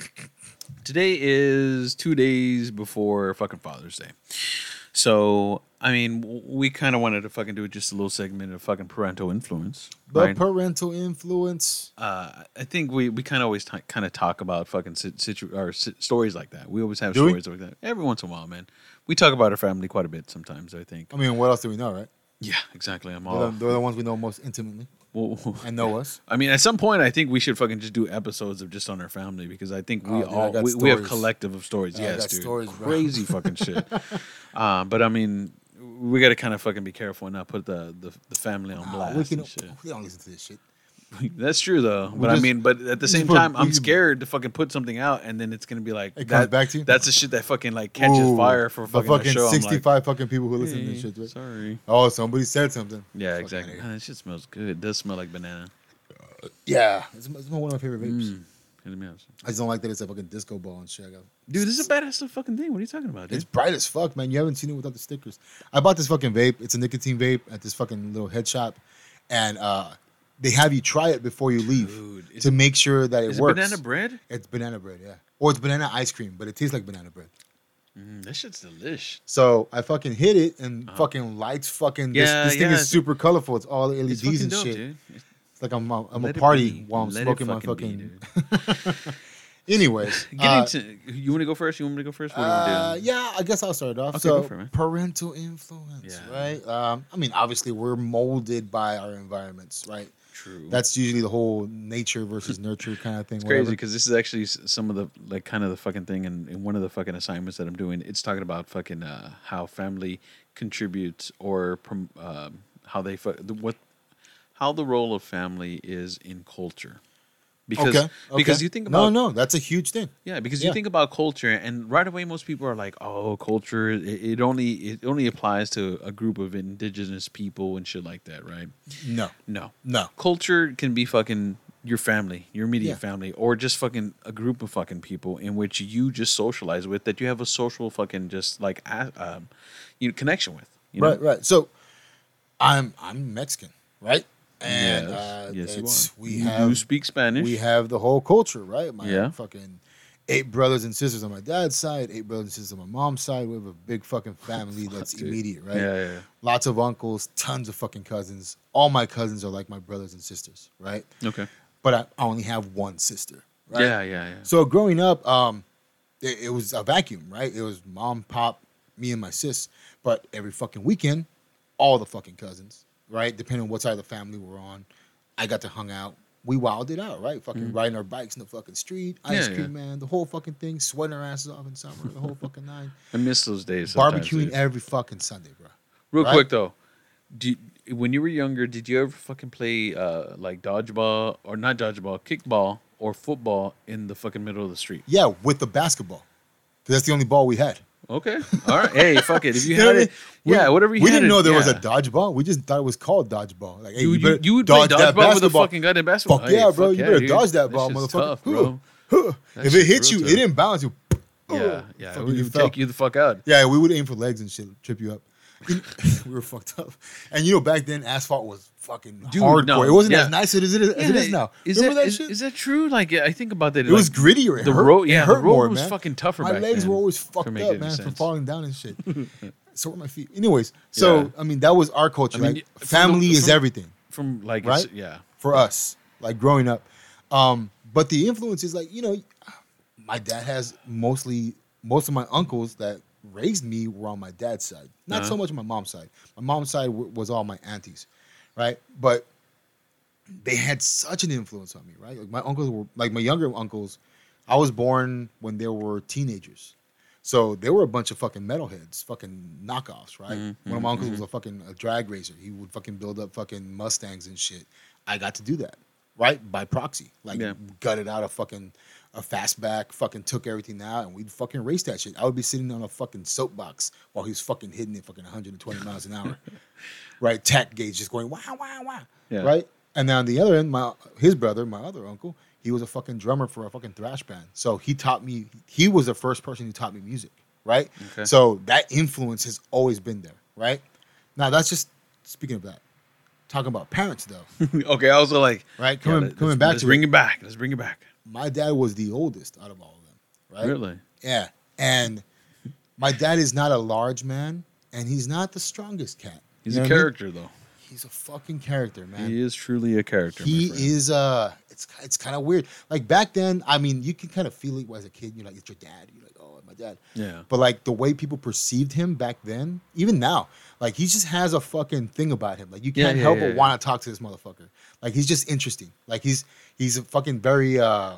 S1: Today is two days before fucking Father's Day. So I mean, w- we kind of wanted to fucking do just a little segment of fucking parental influence.
S2: But
S1: right?
S2: parental influence.
S1: uh, I think we, we kind of always t- kind of talk about fucking sit- situ- or si- stories like that. We always have
S2: Do we?
S1: stories like that every once in a while, man. We talk about our family quite a bit sometimes. I think.
S2: I mean, what else do we know, right?
S1: Yeah, exactly. I'm
S2: They're,
S1: all.
S2: Um, the, they're the ones we know most intimately
S1: Well,
S2: and know us.
S1: I mean, at some point, I think we should fucking just do episodes of just on our family because I think we
S2: Oh, dude, I
S1: all
S2: got
S1: we, we have
S2: stories.
S1: collective of stories.
S2: I
S1: yes,
S2: got
S1: dude,
S2: stories, bro.
S1: crazy fucking shit. Uh, but I mean, we got to kind of fucking be careful and not put the the, the family on
S2: Ah,
S1: blast.
S2: we, can,
S1: and shit.
S2: we don't listen to this shit.
S1: That's true though, but I
S2: just-
S1: mean, but at the
S2: we
S1: same
S2: put-
S1: time, I'm
S2: we-
S1: scared to fucking put something out, and then it's gonna be like
S2: It comes back to you?
S1: That's the shit that fucking like catches
S2: Ooh,
S1: fire for
S2: the
S1: fucking, the
S2: fucking
S1: show. I'm like,
S2: 65 fucking people who listen to this
S1: "Hey,
S2: shit. right?
S1: Sorry.
S2: Oh, somebody said something.
S1: Yeah,
S2: Fucking
S1: exactly.
S2: idiot.
S1: Man, that shit smells good. It does smell like banana.
S2: Yeah, it's, it's one of my favorite vapes.
S1: Mm. Hit me up.
S2: I just don't like that it's a fucking disco ball and shit. I got
S1: Dude, this is a badass little fucking thing. What are you talking about, dude?
S2: It's bright as fuck, man. You haven't seen it without the stickers. I bought this fucking vape. It's a nicotine vape at this fucking little head shop, and uh, they have you try it before you leave
S1: Dude, is
S2: to
S1: it-
S2: make sure that it
S1: is it
S2: works.
S1: banana bread?
S2: It's banana bread, yeah, or it's banana ice cream, but it tastes like banana bread.
S1: Mm, that shit's delish.
S2: So I fucking hit it and fucking lights fucking
S1: Uh-huh. Yeah,
S2: this, this thing
S1: yeah,
S2: is
S1: it's-
S2: super colorful. It's all
S1: It's
S2: LEDs
S1: fucking
S2: and
S1: dope,
S2: shit.
S1: dude.
S2: It's like I'm I'm
S1: Let
S2: a
S1: it
S2: party
S1: be.
S2: while I'm
S1: Let it
S2: smoking my
S1: fucking be,
S2: fucking. Anyways,
S1: dude. Get
S2: uh,
S1: into. You want to go first? You want me to go first? What do you
S2: uh,
S1: want to do?
S2: yeah, I guess I'll start it off.
S1: Okay,
S2: so
S1: go for it, man.
S2: parental influence,
S1: Yeah.
S2: right? Um, I mean, obviously we're molded by our environments, right?
S1: True.
S2: That's usually the whole nature versus nurture kind of thing.
S1: It's
S2: whatever.
S1: crazy because this is actually s- some of the like kind of the fucking thing in, in one of the fucking assignments that I'm doing. It's talking about fucking uh, how family contributes or prom- um, how they fu- the- what how the role of family is in culture. Because
S2: okay,
S1: because
S2: okay.
S1: you think about
S2: no, no, that's a huge thing.
S1: yeah because
S2: Yeah.
S1: you think about culture and right away most people are like oh culture it, it only it only applies to a group of indigenous people and shit like that right
S2: No,
S1: no
S2: no,
S1: culture can be fucking your family, your immediate
S2: Yeah.
S1: family, or just fucking a group of fucking people in which you just socialize with that you have a social fucking just like a- um, you know, connection with. You know?
S2: right, right. So, I'm I'm Mexican, right? And
S1: yes,
S2: uh,
S1: yes, you
S2: it's-
S1: are.
S2: We
S1: you
S2: have
S1: do speak Spanish.
S2: we have the whole culture, right? My
S1: Yeah.
S2: fucking eight brothers and sisters on my dad's side, eight brothers and sisters on my mom's side. We have a big fucking family that's
S1: dude.
S2: immediate, right?
S1: Yeah, yeah, yeah.
S2: Lots of uncles, tons of fucking cousins. All my cousins are like my brothers and sisters, right?
S1: Okay.
S2: But I only have one sister, right?
S1: Yeah, yeah, yeah.
S2: So growing up, um, it, it was a vacuum, right? It was mom, pop, me, and my sis. But every fucking weekend, all the fucking cousins, right? Depending on what side of the family we're on, I got to hung out. We wilded out, right? Fucking riding our bikes in the fucking street, ice
S1: Mm-hmm. Yeah,
S2: cream
S1: yeah.
S2: man, the whole fucking thing, sweating our asses off in summer, the whole fucking nine.
S1: I miss those days. sometimes,
S2: Barbecuing
S1: dude.
S2: every fucking Sunday, bro.
S1: Real
S2: right?
S1: quick though, do you, when you were younger, did you ever fucking play uh, like dodgeball or not dodgeball, kickball or football in the fucking middle of the street?
S2: Yeah, with the basketball. 'Cause that's the only ball we had.
S1: Okay. All right. Hey, fuck it. If you
S2: You
S1: had
S2: know what I
S1: it,
S2: mean?
S1: yeah, whatever you
S2: we
S1: had
S2: didn't
S1: it-
S2: know there was
S1: yeah.
S2: a dodgeball. We just thought it was called dodgeball. Like, hey,
S1: You,
S2: you,
S1: you,
S2: better
S1: you would
S2: dodge
S1: play dodgeball
S2: that
S1: with a
S2: basketball.
S1: fucking goddamn basketball.
S2: Fuck
S1: Hey,
S2: yeah, bro!
S1: fuck
S2: you better
S1: dude.
S2: dodge that
S1: That
S2: ball,
S1: shit's
S2: motherfucker.
S1: tough, bro.
S2: Huh.
S1: That
S2: If it
S1: shit's
S2: hit
S1: real
S2: you, it
S1: tough.
S2: didn't bounce you.
S1: Yeah, yeah.
S2: Fucking
S1: It would
S2: you
S1: take
S2: fell.
S1: you the fuck out.
S2: Yeah, we would aim for legs and shit, trip you up. You know- we were fucked up, and you know back then asphalt was fucking
S1: Dude,
S2: hardcore.
S1: no,
S2: It wasn't
S1: yeah.
S2: as nice as it is, as it is now.
S1: Is
S2: Remember
S1: that
S2: that,
S1: is-
S2: shit?
S1: is that true? Like, yeah, I think about that.
S2: it was grittier. It
S1: the
S2: hurt-
S1: road.
S2: it
S1: Yeah, the
S2: hurt
S1: road
S2: more,
S1: was
S2: man.
S1: fucking tougher.
S2: My
S1: back
S2: legs
S1: then,
S2: were always
S1: for
S2: fucked up,
S1: making
S2: man, from
S1: sense.
S2: falling down and shit. so were my feet. Anyways, so I mean that was our culture.
S1: I mean,
S2: like,
S1: from the-
S2: family is
S1: from-
S2: everything
S1: From like,
S2: Right?
S1: it's, yeah,
S2: for us, like growing up. Um, but the influence is like, you know, my dad has mostly most of my uncles that raised me were on my dad's side, not
S1: Uh-huh.
S2: so much on my mom's side. My mom's side w- was all my aunties, right? But they had such an influence on me, right? Like my uncles were like my younger uncles. I was born when they were teenagers. So they were a bunch of fucking metalheads, fucking knockoffs, right?
S1: Mm-hmm,
S2: One of my uncles was a fucking a drag racer. He would fucking build up fucking Mustangs and shit. I got to do that, right? By proxy. Like
S1: Yeah.
S2: gutted out a fucking a fastback, fucking took everything out, and we'd fucking race that shit. I would be sitting on a fucking soapbox while he's fucking hitting it fucking 120 miles an hour. right? Tack gauge just going wow, wow, wow.
S1: Yeah.
S2: Right? And then on the other end, my his brother, my other uncle, he was a fucking drummer for a fucking thrash band. So he taught me. He was the first person who taught me music. Right.
S1: Okay.
S2: So that influence has always been there. Right. Now that's just speaking of that. Talking about parents though,
S1: okay. I was like, yeah,
S2: right? Coming
S1: let-
S2: coming
S1: let's-
S2: back
S1: let's
S2: to
S1: bring
S2: it,
S1: it back. Let's bring it back.
S2: my dad was the oldest out of all of them. Right.
S1: Really?
S2: Yeah. And my dad is not a large man, and he's not the strongest cat. You
S1: He's
S2: know
S1: a
S2: what I mean?
S1: character though.
S2: He's a fucking character, man.
S1: He is truly a character. my
S2: He
S1: friend.
S2: is uh it's it's kind of weird. Like back then, I mean, you can kind of feel it as a kid. You're like, it's your dad. You're like, oh, my dad.
S1: Yeah.
S2: But like the way people perceived him back then, even now, like he just has a fucking thing about him. Like you
S1: Yeah,
S2: can't
S1: yeah,
S2: help
S1: yeah,
S2: but
S1: yeah.
S2: want to talk to this motherfucker. Like he's just interesting. Like he's he's a fucking very uh, uh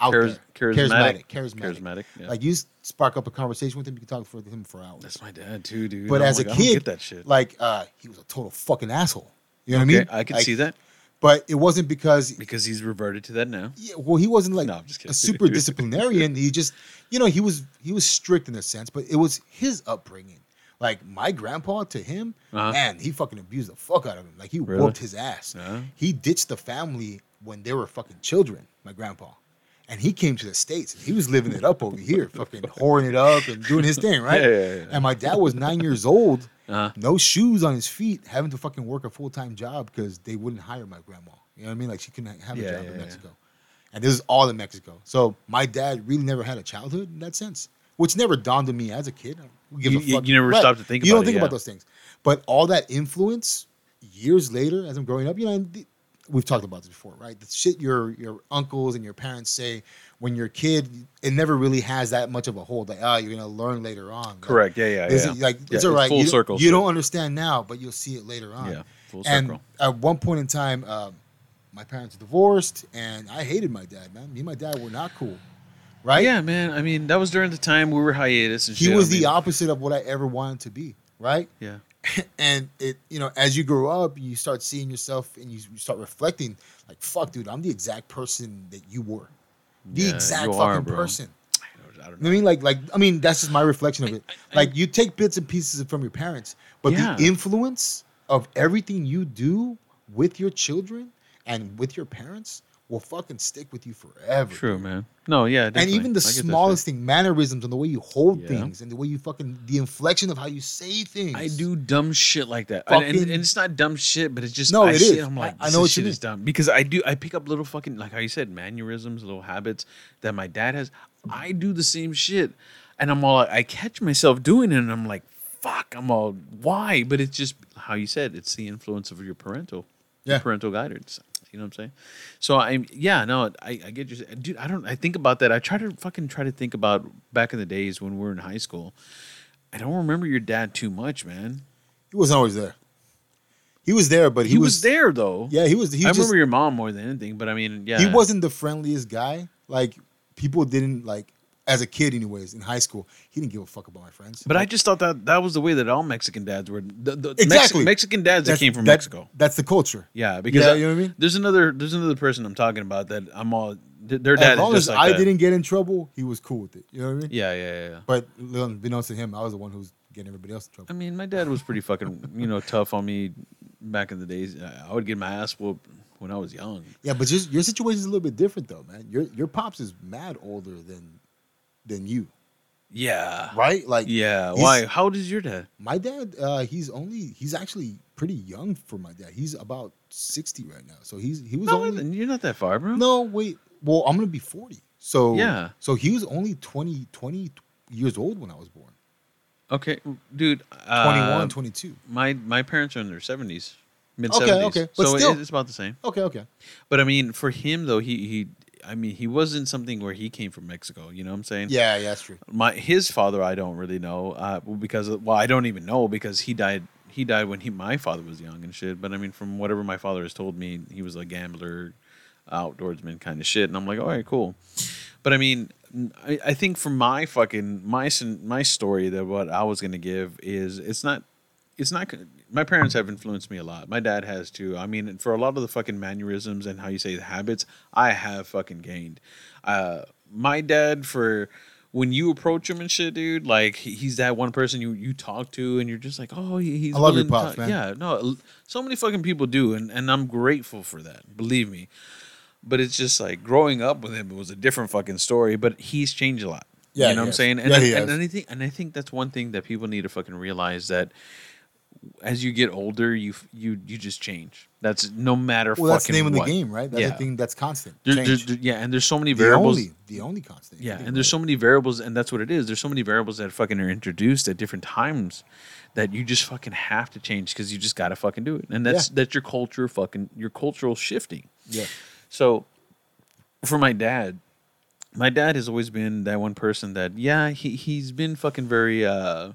S2: out
S1: Charis-
S2: there.
S1: charismatic.
S2: charismatic,
S1: Charismatic, yeah.
S2: Like you s- spark up a conversation with him, you can talk for him for hours.
S1: That's my dad too, dude.
S2: but
S1: I'm
S2: as
S1: like,
S2: a
S1: I
S2: kid,
S1: don't get that shit.
S2: like uh, he was a total fucking asshole. You know
S1: Okay,
S2: what I mean?
S1: I can
S2: Like,
S1: see that
S2: But it wasn't because
S1: because he's reverted to that now.
S2: yeah, well, he wasn't like
S1: No, I'm just kidding.
S2: a super disciplinarian. He just, you know, he was he was strict in a sense, but it was his upbringing. Like my grandpa to him,
S1: Uh-huh.
S2: man, he fucking abused the fuck out of him. Like he
S1: Really? Uh-huh.
S2: whooped his ass.
S1: Yeah.
S2: He ditched the family when they were fucking children. My grandpa, and he came to the states and he was living it up over here, fucking whoring it up and doing his thing, right?
S1: Yeah, yeah, yeah.
S2: And my dad was nine years old,
S1: Uh-huh.
S2: no shoes on his feet, having to fucking work a full time job because they wouldn't hire my grandma. You know what I mean? Like she couldn't have a
S1: Yeah,
S2: job
S1: yeah,
S2: in
S1: yeah.
S2: Mexico. And this is all in Mexico. So my dad really never had a childhood in that sense. which never dawned on me as a kid. I don't give
S1: You-
S2: a
S1: you-
S2: fuck.
S1: you never
S2: Right.
S1: stopped to think
S2: You
S1: about
S2: don't
S1: it,
S2: think
S1: yeah.
S2: about those things. But all that influence years later, as I'm growing up, you know, and the- we've talked about this before, right? The shit your your uncles and your parents say when you're a kid, it never really has that much of a hold. Like, ah, you're gonna learn later on. Like,
S1: Correct. Yeah, yeah,
S2: is
S1: yeah.
S2: it like
S1: Yeah,
S2: it's all right?
S1: Full
S2: you,
S1: circle.
S2: You don't understand now, but you'll see it later on.
S1: Yeah, full
S2: And
S1: circle.
S2: at one point in time, um, my parents divorced, and I hated my dad. Man, me and my dad were not cool, right?
S1: Yeah, man. I mean, that was during the time we were hiatus and
S2: he
S1: shit. I
S2: was the
S1: mean,
S2: opposite of what I ever wanted to be, right?
S1: Yeah.
S2: and it, you know, as you grow up, you start seeing yourself, and you start reflecting, like, fuck, dude, I'm the exact person that you were, the
S1: Yeah,
S2: exact
S1: you
S2: fucking
S1: are, bro.
S2: person.
S1: I don't
S2: I
S1: know.
S2: mean, like, like, I mean, that's just my reflection of it. Like, you take bits and pieces from your parents, but
S1: Yeah.
S2: the influence of everything you do with your children and with your parents will fucking stick with you forever.
S1: True, man. No, yeah.
S2: And
S1: definitely.
S2: even the
S1: I get that shit.
S2: smallest thing, mannerisms and the way you hold
S1: Yeah.
S2: things and the way you fucking, the inflection of how you say things.
S1: I do dumb shit like that, and, and,
S2: Fucking-
S1: and it's not dumb shit, but it's just
S2: No,
S1: I
S2: it
S1: see
S2: is.
S1: I'm
S2: I-
S1: like,
S2: I
S1: this
S2: know what you
S1: shit
S2: mean.
S1: is dumb because I do. I pick up little fucking like how you said mannerisms, little habits that my dad has. I do the same shit, and I'm all like, I catch myself doing it, and I'm like, fuck, I'm all why? But it's just how you said. It's the influence of your parental, your
S2: Yeah.
S1: parental guidance. You know what I'm saying? So I'm yeah no I, I get you dude I don't I think about that I try to fucking try to think about back in the days when we were in high school I don't remember your dad too much man
S2: He wasn't always there. He was there, but he,
S1: he, was, there though.
S2: Yeah, he was. He
S1: I
S2: was just,
S1: remember your mom more than anything, but I mean, yeah,
S2: he wasn't the friendliest guy. Like people didn't like as a kid, anyways, in high school, he didn't give a fuck about my friends.
S1: But I just thought that that was the way that all Mexican dads were. The, the Mex-
S2: Exactly.
S1: Mexican dads that
S2: That's-
S1: came from
S2: that-
S1: Mexico.
S2: That's the culture.
S1: Yeah, because
S2: Yeah,
S1: I-
S2: you know what I mean?
S1: There's another there's another person I'm talking about that I'm all th- their dad
S2: As long
S1: is
S2: as
S1: just like
S2: I
S1: that.
S2: didn't get in trouble, he was cool with it. You know what I mean?
S1: Yeah, yeah, yeah, yeah.
S2: But um, unbeknownst to him, I was the one who was getting everybody else in trouble.
S1: I mean, my dad was pretty fucking you know tough on me back in the days. I I would get my ass whooped when I was young.
S2: Yeah, but just your situation is a little bit different though, man. Your your pops is mad older than than you,
S1: Yeah.
S2: right? Like
S1: Yeah.
S2: he's-
S1: Why? How old is your dad?
S2: My dad, uh, he's only he's actually pretty young for my dad. He's about sixty right now, so he's he was
S1: No,
S2: only
S1: you're not that far, bro.
S2: No, wait. Well, I'm gonna be 40. So
S1: Yeah.
S2: So he was only 20, 20 years old when I was born.
S1: Okay, dude.
S2: 21,
S1: Uh,
S2: 22.
S1: My my parents are in their seventies, mid
S2: Okay,
S1: seventies.
S2: okay, but
S1: so it-
S2: still.
S1: it's about the same.
S2: Okay, okay.
S1: But I mean, for him though, he he, I mean, he wasn't something where he came from Mexico. You know what I'm saying?
S2: Yeah, yeah, that's true.
S1: My his father, I don't really know, uh, because well, I don't even know because he died. He died when he my father was young and shit. But I mean, from whatever my father has told me, he was a gambler, outdoorsman kind of shit. And I'm like, all right, cool. But I mean, I, I think for my fucking my sen- my story that what I was gonna give is it's not it's not gonna- my parents have influenced me a lot. My dad has too. I mean, for a lot of the fucking mannerisms and how you say the habits, I have fucking gained. Uh, my dad for when you approach him and shit, dude, like he- he's that one person you you talk to and you're just like, oh, he- he's
S2: I love your
S1: willing to
S2: pops,
S1: talk-
S2: man.
S1: Yeah, no, l- so many fucking people do, and and I'm grateful for that. Believe me but it's just like growing up with him it was a different fucking story but he's changed a lot you
S2: Yeah,
S1: know
S2: he
S1: what i'm
S2: has.
S1: saying and,
S2: Yeah,
S1: I,
S2: he
S1: and,
S2: has.
S1: and I think and i think that's one thing that people need to fucking realize that as you get older you f- you you just change that's no matter
S2: Well, that's the
S1: fucking
S2: name of the
S1: what.
S2: game, right? That's
S1: yeah.
S2: the thing that's constant.
S1: There- there-
S2: Change.
S1: there- yeah and there's so many
S2: the
S1: variables
S2: only, the only constant.
S1: yeah, and there's so many variables, and that's what it is. There's so many variables that fucking are introduced at different times that you just fucking have to change because you just gotta fucking do it. And that's
S2: Yeah.
S1: that's your culture fucking your cultural shifting.
S2: Yeah.
S1: So for my dad, my dad has always been that one person that yeah, he he's been fucking very uh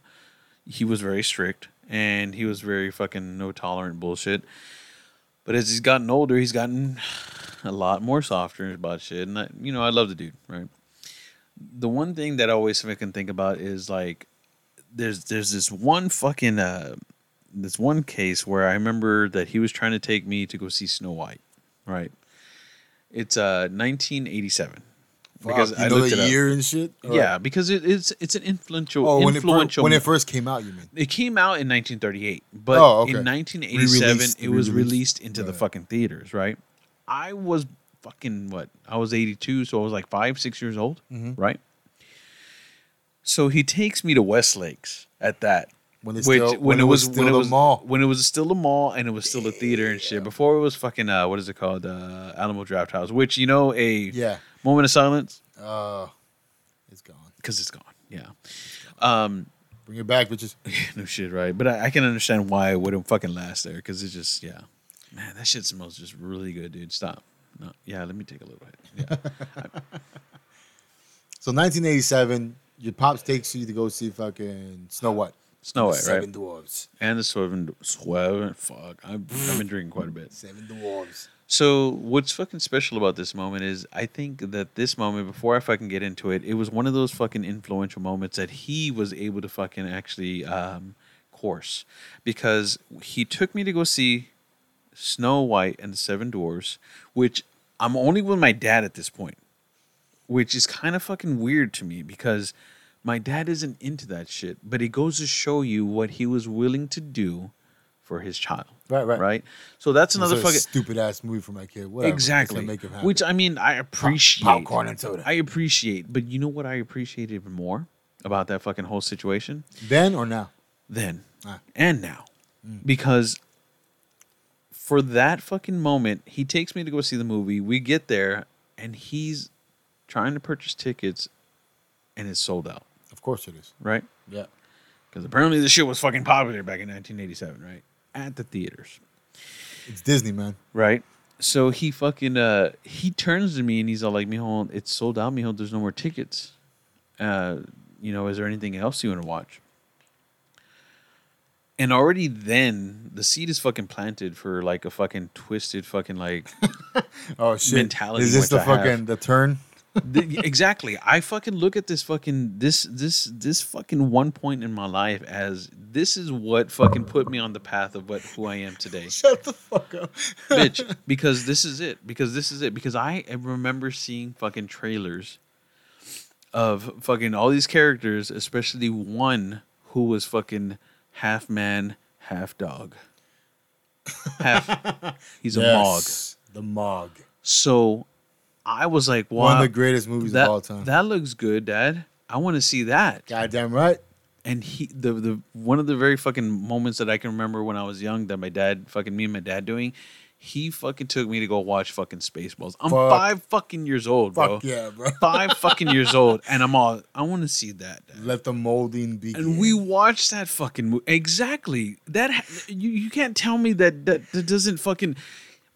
S1: he was very strict and he was very fucking no tolerant bullshit. But as he's gotten older, he's gotten a lot more softer about shit. And I, you know, I love the dude, right? The one thing that I always fucking think about is like, there's there's this one fucking uh, this one case where I remember that he was trying to take me to go see Snow White, right? It's uh 1987
S2: because you know the year and shit. Or-
S1: Yeah, because it, it's it's an influential
S2: Oh, when it, fir-
S1: influential
S2: when it first came out, you mean?
S1: it came out in 1938, but
S2: Oh, okay.
S1: in 1987
S2: Re-released,
S1: it was
S2: re-released.
S1: released into the
S2: Right.
S1: fucking theaters, right? I was fucking what? I was 82, so I was like 5, 6 years old,
S2: Mm-hmm.
S1: right? So he takes me to Westlakes at that
S2: When it's
S1: which
S2: still-
S1: when, it was,
S2: still
S1: when it
S2: a
S1: was
S2: mall.
S1: when it was still a mall and it was still a theater and shit before it was fucking uh, what is it called uh, Alamo Draft House which you know a
S2: Yeah.
S1: moment of silence
S2: Uh, it's gone.
S1: because it's gone Yeah. Um,
S2: Bring it back, bitches.
S1: no shit, right? But I, I can understand why it wouldn't fucking last there because it's just, yeah. Man, that shit smells just really good, dude. Stop. No, yeah, let me take a little hit. Yeah.
S2: So 1987, your pops takes you to go see fucking Snow White.
S1: Snow White, right?
S2: Seven Dwarves.
S1: And the Swervin, Swervin, fuck. I've, I've been drinking quite a bit.
S2: Seven Dwarves.
S1: So what's fucking special about this moment is I think that this moment, before I fucking get into it, it was one of those fucking influential moments that he was able to fucking actually um, course because he took me to go see Snow White and the Seven Dwarfs, which I'm only with my dad at this point, which is kind of fucking weird to me because my dad isn't into that shit, but it goes to show you what he was willing to do for his child.
S2: Right, right.
S1: Right. So that's another
S2: Another
S1: fucking
S2: stupid ass movie for my kid. Whatever. It's gonna
S1: Exactly.
S2: Make him happy.
S1: Which I mean, I appreciate.
S2: popcorn and soda.
S1: I appreciate, but you know what I appreciate even more about that fucking whole situation?
S2: then or now?
S1: Then
S2: Ah. Mm.
S1: and now, because for that fucking moment, he takes me to go see the movie. We get there, and he's trying to purchase tickets, and it's sold out.
S2: Of course it is.
S1: Right?
S2: Yeah.
S1: Because apparently the shit was fucking popular back in 1987. Right? At the theaters.
S2: It's Disney, man.
S1: Right. So he fucking uh he turns to me and he's all like, Mijo, it's sold out, Mijo, there's no more tickets. Uh, you know, is there anything else you want to watch? And already then the seed is fucking planted for like a fucking twisted fucking like
S2: Oh shit.
S1: Mentality
S2: Is this
S1: which
S2: the
S1: I have.
S2: fucking the turn?
S1: Th- exactly. I fucking look at this fucking this this this fucking one point in my life as this is what fucking put me on the path of what who I am today.
S2: Shut the fuck up.
S1: bitch because this is it because this is it because i remember seeing fucking trailers of fucking all these characters especially one who was fucking half man half dog half he's a mog
S2: The Mog.
S1: so i was like wow
S2: One of the greatest movies
S1: that,
S2: of all time.
S1: that looks good dad i want to see that
S2: Goddamn right.
S1: and he the the one of the very fucking moments that I can remember when I was young that my dad fucking me and my dad doing, he fucking took me to go watch fucking Spaceballs. I'm
S2: Fuck.
S1: five fucking years old, bro.
S2: Fuck yeah, bro.
S1: Five fucking years old, and I'm all I want to see that. Dad.
S2: Let the molding begin.
S1: And we watched that fucking movie. Exactly. That ha- you you can't tell me that that, that doesn't fucking.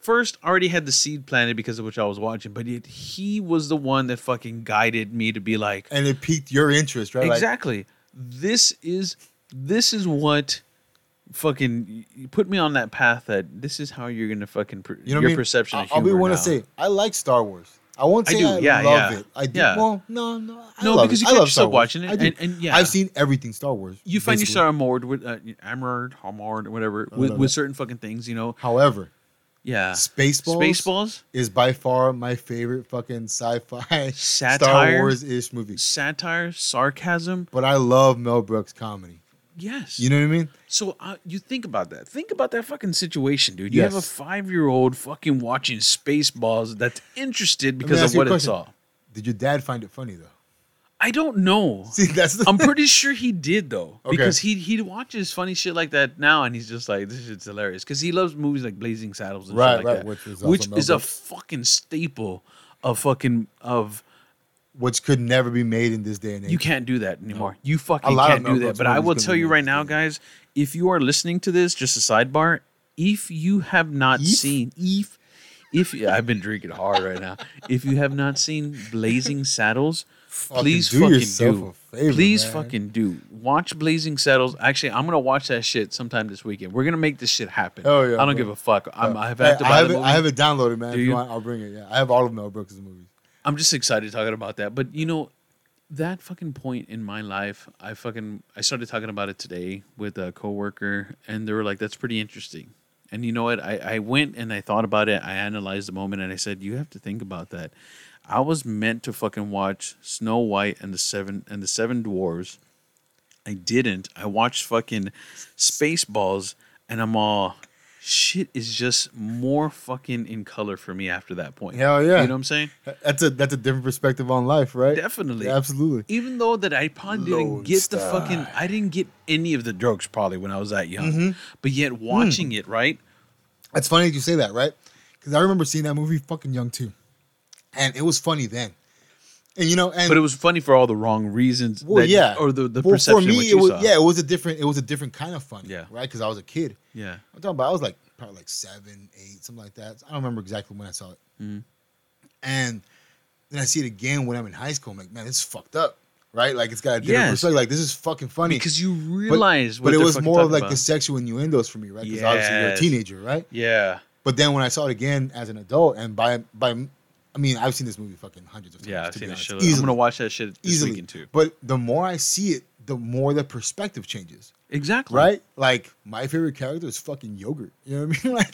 S1: First, I already had the seed planted because of which I was watching, but yet he was the one that fucking guided me to be like,
S2: and it piqued your interest, right? Like,
S1: Exactly. this is this is what fucking you put me on that path that this is how you're gonna fucking per,
S2: You know what
S1: your
S2: I mean?
S1: perception
S2: I-
S1: of
S2: I'll
S1: humor.
S2: be want
S1: now.
S2: to say I like Star Wars. I won't
S1: I
S2: say I,
S1: do, yeah,
S2: love
S1: yeah.
S2: it. I do.
S1: Yeah.
S2: Well, no, no. I
S1: No,
S2: love
S1: because
S2: it.
S1: you
S2: I
S1: catch
S2: love Star
S1: yourself
S2: Wars.
S1: watching it,
S2: I do.
S1: and- and yeah.
S2: I've seen everything Star Wars.
S1: you find
S2: basically.
S1: yourself armored with uh, armored, armored, whatever, with,
S2: love
S1: with
S2: it.
S1: certain fucking things, you know.
S2: However,
S1: Yeah.
S2: Spaceballs.
S1: Spaceballs,
S2: is by far my favorite fucking sci-fi Star
S1: Satire.
S2: Wars ish movie.
S1: satire, sarcasm.
S2: But I love Mel Brooks' comedy.
S1: Yes.
S2: You know what I mean?
S1: So uh, you think about that. Think about that fucking situation, dude. You have a
S2: Yes.
S1: five-year-old fucking watching Spaceballs that's interested because
S2: ask
S1: of
S2: you a
S1: what it
S2: question.
S1: saw.
S2: Did your dad find it funny though?
S1: I don't know.
S2: See, that's the
S1: I'm pretty sure he did though,
S2: Okay.
S1: because he he watches funny shit like that now, and he's just like, "This shit's hilarious." Because he loves movies like Blazing Saddles and
S2: Right,
S1: shit like
S2: right,
S1: that,
S2: which is also
S1: which
S2: Mel
S1: is a
S2: Brooks.
S1: fucking staple of fucking of.
S2: which could never be made in this day and age.
S1: You can't do that anymore. You fucking
S2: A lot of
S1: can't
S2: Mel
S1: do that.
S2: Brooks
S1: But I
S2: movies
S1: will
S2: couldn't
S1: tell
S2: be
S1: you
S2: made
S1: right
S2: this
S1: now,
S2: day.
S1: guys, if you are listening to this, just a sidebar. If you have not
S2: If?
S1: seen, if if I've been drinking hard right now, if you have not seen Blazing Saddles,
S2: Fucking
S1: please
S2: do
S1: fucking
S2: yourself
S1: do.
S2: a favor,
S1: please
S2: man.
S1: fucking do. Watch Blazing Saddles. Actually, I'm gonna watch that shit sometime this weekend. We're gonna make this shit happen.
S2: Oh, yeah,
S1: I don't
S2: bro.
S1: give a fuck. I'm, I've
S2: Hey,
S1: had to buy
S2: I, have
S1: the
S2: it,
S1: movie.
S2: I have it downloaded, man.
S1: Do
S2: if you
S1: you?
S2: want, I'll bring it. Yeah, I have all of Mel Brooks' movies.
S1: I'm just excited talking about that. But you know, that fucking point in my life, I fucking I started talking about it today with a coworker, and they were like, "That's pretty interesting." And you know what? I, I went and I thought about it. I analyzed the moment, and I said, "You have to think about that." I was meant to fucking watch Snow White and the Seven and the Seven Dwarves. I didn't. I watched fucking Spaceballs, and I'm all shit is just more fucking in color for me after that point.
S2: Hell yeah.
S1: You know what I'm saying?
S2: That's a that's a different perspective on life, right?
S1: Definitely.
S2: Yeah, absolutely.
S1: Even though that I probably
S2: Lone
S1: didn't get the
S2: Star.
S1: fucking, I didn't get any of the jokes probably when I was that young.
S2: Mm-hmm.
S1: But yet
S2: Hmm.
S1: watching it, right?
S2: It's funny that you say that, right? Because I remember seeing that movie fucking young too, and it was funny then. And you know, and
S1: But it was funny for all the wrong reasons.
S2: Well,
S1: that-
S2: yeah.
S1: Or the, the
S2: well,
S1: perception
S2: for me,
S1: which
S2: it
S1: you
S2: was
S1: saw.
S2: yeah, it was a different, it was a different kind of funny,
S1: Yeah.
S2: right? Because I was a kid.
S1: Yeah.
S2: I'm talking about I was like probably like seven, eight, something like that. I don't remember exactly when I saw it.
S1: Mhm.
S2: And then I see it again when I'm in high school. I'm like, man, this is fucked up, right? Like it's got a different
S1: Yes.
S2: perspective. Like this is fucking funny.
S1: Because you realize what
S2: but it
S1: they're
S2: was
S1: fucking
S2: more of
S1: talking
S2: like
S1: about.
S2: the sexual innuendos for me, right? Because obviously you're a
S1: Yes.
S2: teenager, right?
S1: Yeah.
S2: But then when I saw it again as an adult, and by by, I mean I've seen this movie fucking hundreds of times.
S1: Yeah,
S2: to
S1: I've
S2: be
S1: seen that
S2: honest.
S1: shit. I'm
S2: Easily.
S1: gonna watch that shit this
S2: easily.
S1: weekend too.
S2: But the more I see it, the more the perspective changes,
S1: Exactly.
S2: right? Like my favorite character is fucking yogurt. You know what I mean? Like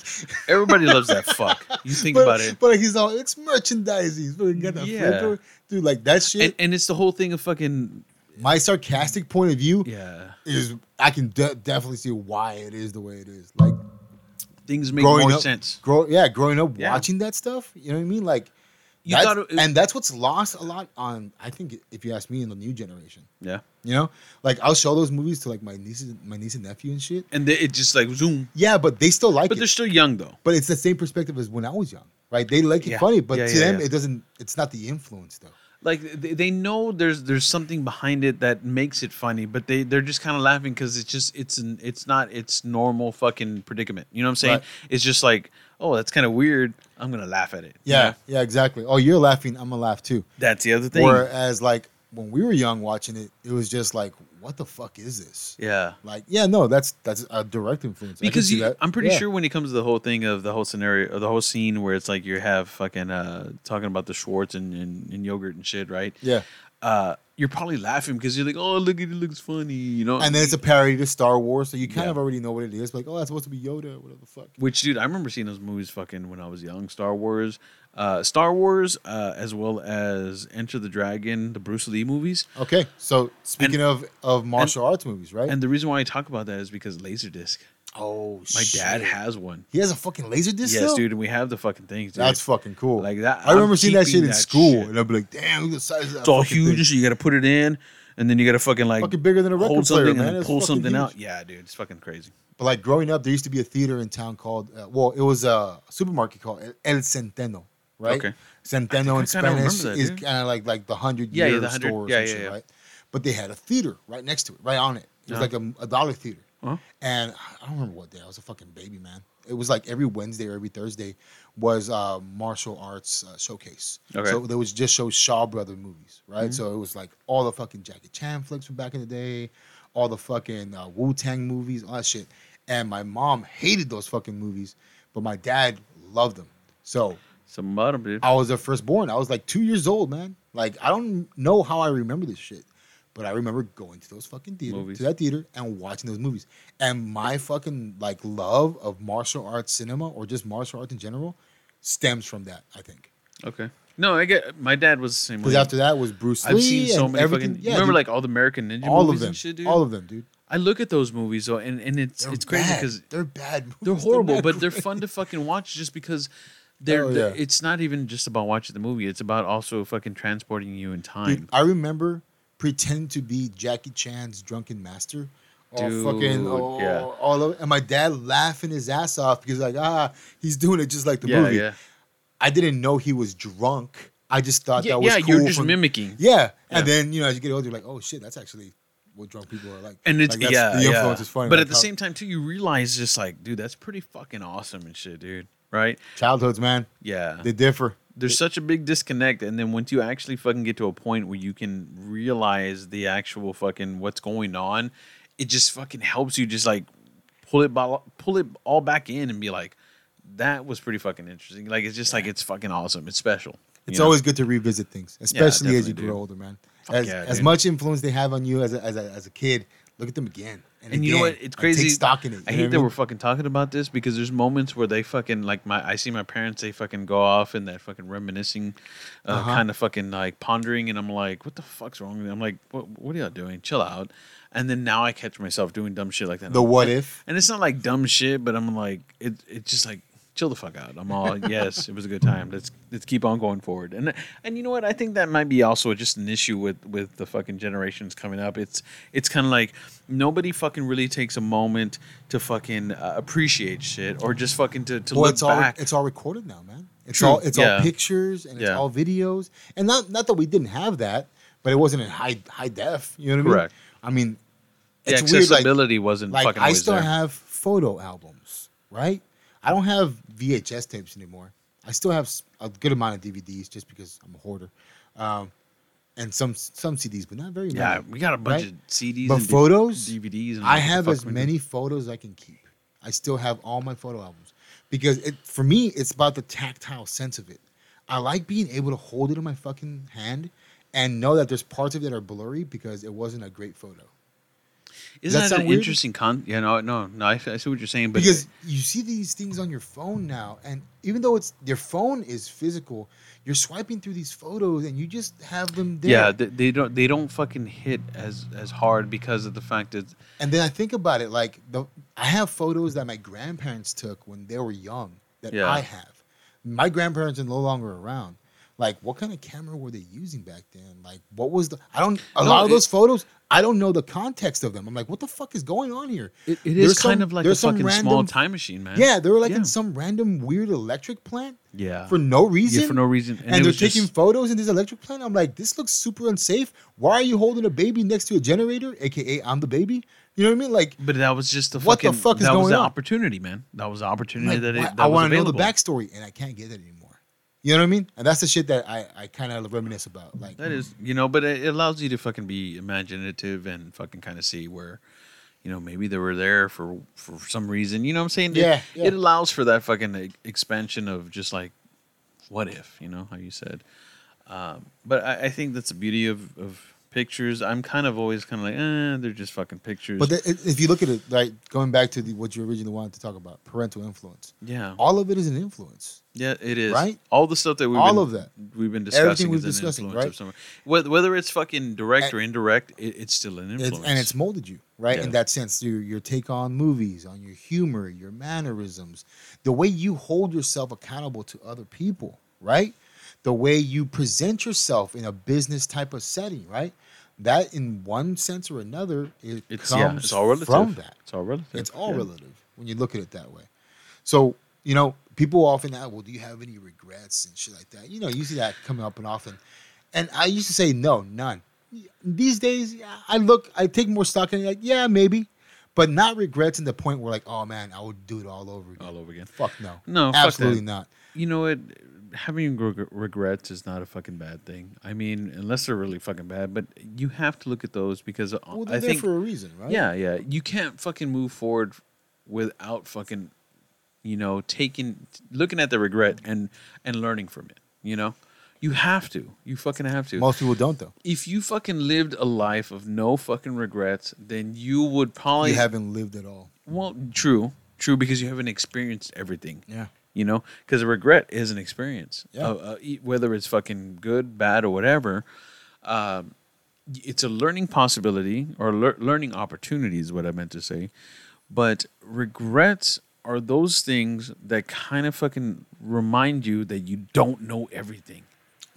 S1: Everybody loves that fuck. You think
S2: but,
S1: about it.
S2: But he's all it's merchandise. He's fucking got that
S1: Yeah.
S2: flipper, dude. Like that shit.
S1: And, and it's the whole thing of fucking
S2: my sarcastic point of view
S1: yeah.
S2: is I can de- definitely see why it is the way it is. Like
S1: Things make
S2: growing
S1: more
S2: up,
S1: sense.
S2: Grow, yeah, growing up
S1: Yeah.
S2: watching that stuff. You know what I mean? Like.
S1: You
S2: that's-
S1: thought it-
S2: and that's what's lost a lot on. I think if you ask me, in the new generation,
S1: Yeah.
S2: you know, like I'll show those movies to like my nieces, my niece and nephew and shit.
S1: And they, it just like zoom.
S2: Yeah, but they still like
S1: But they're
S2: it.
S1: still young though.
S2: But it's the same perspective as when I was young, right? They like it
S1: Yeah.
S2: funny, but
S1: Yeah,
S2: to
S1: yeah,
S2: them,
S1: yeah.
S2: it doesn't. It's not the influence though.
S1: Like they, they know there's there's something behind it that makes it funny, but they they're just kind of laughing because it's just it's an it's not it's normal fucking predicament. You know what I'm saying?
S2: Right.
S1: It's just like oh that's kind of weird. I'm gonna laugh at it.
S2: Yeah, yeah, exactly. Oh, you're laughing. I'm gonna laugh too.
S1: That's the other thing.
S2: Whereas, like when we were young watching it, it was just like, what the fuck is this?
S1: yeah.
S2: Like, yeah, no, that's that's a direct influence. I can
S1: because
S2: see
S1: you,
S2: that.
S1: I'm pretty
S2: Yeah.
S1: sure when it comes to the whole thing of the whole scenario or the whole scene where it's like you have fucking uh talking about the Schwartz and, and, and yogurt and shit, right?
S2: Yeah,
S1: Uh, you're probably laughing because you're like, oh look at it looks funny, you know.
S2: and then it's a parody to Star Wars, so you kind
S1: Yeah.
S2: of already know what it is. Like, oh, that's supposed to be Yoda. Whatever the fuck.
S1: which dude, I remember seeing those movies fucking when I was young. Star Wars, uh, Star Wars, uh, as well as Enter the Dragon, the Bruce Lee movies.
S2: Okay, so speaking of of martial arts movies, right?
S1: And the reason why I talk about that is because Laserdisc.
S2: oh,
S1: My dad
S2: shit.
S1: has one.
S2: He has a fucking laser disc.
S1: Yes,
S2: still?
S1: dude, and we have the fucking things. Dude.
S2: That's fucking cool.
S1: Like that-
S2: I remember
S1: I'm
S2: seeing that shit in
S1: keeping that
S2: school,
S1: shit.
S2: and I'd be like, "Damn, look at the size of that."
S1: It's all
S2: fucking
S1: huge,
S2: thing.
S1: so you got to put it in, and then you got to fucking like
S2: Fucking bigger than a record
S1: hold
S2: player,
S1: something
S2: man.
S1: and then
S2: It's
S1: pull
S2: fucking
S1: something
S2: huge.
S1: out. Yeah, dude, it's fucking crazy.
S2: But like growing up, there used to be a theater in town called, uh, well, it was a supermarket called El- El Centeno, right?
S1: Okay.
S2: Centeno in
S1: I kinda remember
S2: Spanish
S1: that,
S2: is
S1: dude.
S2: kind of like like the hundred
S1: Yeah,
S2: year
S1: yeah, the 100
S2: stores
S1: yeah,
S2: and
S1: yeah,
S2: shit,
S1: yeah.
S2: right? But they had a theater right next to it, right on it. It
S1: Uh-huh.
S2: was like a, a dollar theater,
S1: Uh-huh.
S2: and I don't remember what day. I was a fucking baby, man. It was like every Wednesday or every Thursday was uh, martial arts uh, showcase.
S1: Okay.
S2: So they was just show Shaw Brother movies, right? So it was like all the fucking Jackie Chan flicks from back in the day, all the fucking uh, Wu Tang movies, all that shit. And my mom hated those fucking movies, but my dad loved them. So
S1: Some bottom, dude.
S2: I was the firstborn. I was like two years old, man. Like I don't know how I remember this shit, but I remember going to those fucking theater,
S1: Movies.
S2: to that theater, and watching those movies. And my fucking like love of martial arts cinema or just martial arts in general stems from that. I think
S1: Okay. No, I get. My dad was the same way.
S2: because after that was Bruce Lee.
S1: I've seen so
S2: and
S1: many
S2: everything.
S1: fucking.
S2: Yeah,
S1: remember,
S2: dude.
S1: like all the American Ninja
S2: all
S1: movies
S2: of them,
S1: and shit, dude.
S2: all of them, dude.
S1: I look at those movies though, and, and it's
S2: They're
S1: it's crazy
S2: bad.
S1: because
S2: they're bad. Movies.
S1: they're horrible,
S2: not
S1: but they're
S2: great.
S1: fun to fucking watch just because they're.
S2: Oh,
S1: they're-
S2: yeah.
S1: It's not even just about watching the movie; it's about also fucking transporting you in time.
S2: Dude, I remember pretending to be Jackie Chan's drunken master. All
S1: Dude,
S2: fucking oh,
S1: yeah.
S2: all of and my dad laughing his ass off because like ah he's doing it just like the
S1: yeah,
S2: movie.
S1: yeah,
S2: I didn't know he was drunk. I just thought
S1: yeah.
S2: that was
S1: yeah
S2: cool
S1: you're just
S2: from-
S1: mimicking.
S2: Yeah. And
S1: Yeah.
S2: then you know as you get older you're like oh shit that's actually what drunk people are like.
S1: And it's
S2: Like, that's-
S1: yeah,
S2: the
S1: yeah.
S2: influence is funny.
S1: But
S2: like,
S1: at the
S2: how-
S1: same time, too, you realize just like, dude, that's pretty fucking awesome and shit, dude. Right?
S2: childhoods man
S1: Yeah.
S2: they differ.
S1: There's such a big disconnect, and then once you actually fucking get to a point where you can realize the actual fucking what's going on, it just fucking helps you just like pull it ba- pull it all back in and be like, that was pretty fucking interesting. Like it's just like it's fucking awesome. It's special. you
S2: It's
S1: know?
S2: always good to revisit things, especially as
S1: definitely,
S2: you
S1: dude.
S2: grow older, man.
S1: Fuck
S2: as,
S1: yeah,
S2: as
S1: dude.
S2: much influence they have on you as a, as a, as a kid, look at them again. And,
S1: And you know what?
S2: again,
S1: It's
S2: and
S1: crazy.
S2: Take stock in it. you
S1: I
S2: know
S1: hate
S2: what
S1: that
S2: mean?
S1: we're fucking talking about this because there's moments where they fucking like my. I see my parents. They fucking go off in that fucking reminiscing, uh,
S2: Uh-huh.
S1: kind of fucking like pondering, and I'm like, what the fuck's wrong with you? I'm like, what what are y'all doing? Chill out. And then now I catch myself doing dumb shit like that.
S2: The
S1: I'm
S2: what
S1: like-
S2: if?
S1: And it's not like dumb shit, but I'm like, it it's just like. Chill the fuck out. I'm all yes. It was a good time. Let's let's keep on going forward. And and you know what? I think that might be also just an issue with with the fucking generations coming up. It's it's kind of like nobody fucking really takes a moment to fucking uh, appreciate shit or just fucking to to
S2: Well,
S1: look
S2: it's all
S1: back.
S2: it's all recorded now, man. It's
S1: True,
S2: all it's
S1: yeah.
S2: all pictures and it's
S1: Yeah.
S2: all videos. And not not that we didn't have that, but it wasn't in high high def. You know what I mean?
S1: Correct.
S2: I mean,
S1: The
S2: it's weird. Like
S1: accessibility wasn't
S2: like
S1: fucking
S2: I
S1: always
S2: still
S1: there.
S2: have photo albums, right? I don't have VHS tapes anymore. I still have s- a good amount of DVDs just because I'm a hoarder, um, and some some CDs, but not very many.
S1: yeah, we got a bunch
S2: right?
S1: of CDs,
S2: But
S1: and
S2: photos,
S1: DVDs. And
S2: I
S1: what the
S2: have
S1: fuck
S2: as
S1: we do.
S2: many photos I can keep. I still have all my photo albums because it, for me, it's about the tactile sense of it. I like being able to hold it in my fucking hand and know that there's parts of it that are blurry because it wasn't a great photo.
S1: Isn't
S2: that
S1: that,
S2: sound
S1: an
S2: weird?
S1: interesting con? Yeah, no, no, no. I, I see what you're saying, but
S2: because you see these things on your phone now, and even though it's your phone is physical, you're swiping through these photos and you just have them there.
S1: yeah, they, they don't they don't fucking hit as as hard because of the fact that
S2: And then I think about it, like the I have photos that my grandparents took when they were young that
S1: Yeah.
S2: I have. My grandparents are no longer around. Like, what kind of camera were they using back then? Like, what was the? I don't. A
S1: No,
S2: lot of
S1: it-
S2: those photos, I don't know the context of them. I'm like, what the fuck is going on here?
S1: it, it
S2: There's
S1: is kind
S2: some-
S1: of like a
S2: there's some
S1: fucking small
S2: random-
S1: time machine, man.
S2: Yeah, they were like
S1: Yeah.
S2: in some random weird electric plant
S1: yeah,
S2: for no reason.
S1: yeah, for no reason,
S2: and,
S1: it
S2: they're
S1: was
S2: taking
S1: just-
S2: photos in this electric plant. I'm like, this looks super unsafe. Why are you holding a baby next to a generator? AKA, I'm the baby. You know what I mean? Like,
S1: But that was just the
S2: What the
S1: fucking.
S2: fuck is
S1: that was
S2: going
S1: the
S2: on?
S1: opportunity, man. That was the opportunity
S2: like,
S1: that,
S2: why-
S1: it, that
S2: I
S1: was
S2: want to know the
S1: available.
S2: backstory, and I can't get it anymore. You know what I mean? And that's the shit that I, I kind of reminisce about. Like,
S1: That is, you know, but it it allows you to fucking be imaginative and fucking kind of see where, you know, maybe they were there for for some reason. You know what I'm saying? It-
S2: Yeah,
S1: It,
S2: yeah.
S1: allows for that fucking e- expansion of just like, what if? You know how you said. Um, but I, I think that's the beauty of of pictures. I'm kind of always kind of like, eh, they're just fucking pictures.
S2: but the, if you look at it, like going back to the, what you originally wanted to talk about, parental influence.
S1: yeah,
S2: All of it is an influence.
S1: yeah, it is
S2: right?
S1: All the stuff that we've
S2: All
S1: been,
S2: of that.
S1: we've been discussing
S2: Everything we've
S1: is an
S2: discussing,
S1: influence
S2: right?
S1: of some. Whether, whether it's fucking direct
S2: And-
S1: or indirect, it, it's still an
S2: It's,
S1: influence.
S2: and it's molded you, right?
S1: Yeah.
S2: In that sense, your your take on movies, on your humor, your mannerisms, the way you hold yourself accountable to other people, right? The way you present yourself in a business type of setting, right? That, in one sense or another, it
S1: it's
S2: comes
S1: yeah, it's all relative.
S2: from that.
S1: It's all relative.
S2: It's all
S1: yeah.
S2: relative when you look at it that way. So, you know, people often ask, well, do you have any regrets and shit like that? You know, you see that coming up and often. And I used to say, no, none. These days, yeah, I look, I take more stock in it, like, yeah, maybe, but not regrets in the point where, like, oh man, I would do it all over again.
S1: All over again.
S2: Fuck no.
S1: No, fuck that.
S2: absolutely not.
S1: You know what? Having reg- regrets is not a fucking bad thing. I mean, unless they're really fucking bad, but you have to look at those because uh,
S2: Well, they're
S1: I
S2: there
S1: think
S2: for a reason, right?
S1: yeah, yeah, you can't fucking move forward without fucking you know taking looking at the regret and and learning from it. You know, you have to. You fucking have to.
S2: Most people don't, though.
S1: if you fucking lived a life of no fucking regrets, then you would probably
S2: You haven't lived at all.
S1: Well, true, true, because you haven't experienced everything.
S2: Yeah.
S1: You know, because a regret is an experience.
S2: Yeah.
S1: Uh, uh, e- whether it's fucking good, bad, or whatever, um, y- it's a learning possibility or lear- learning opportunity is what I meant to say. But regrets are those things that kind of fucking remind you that you don't know everything.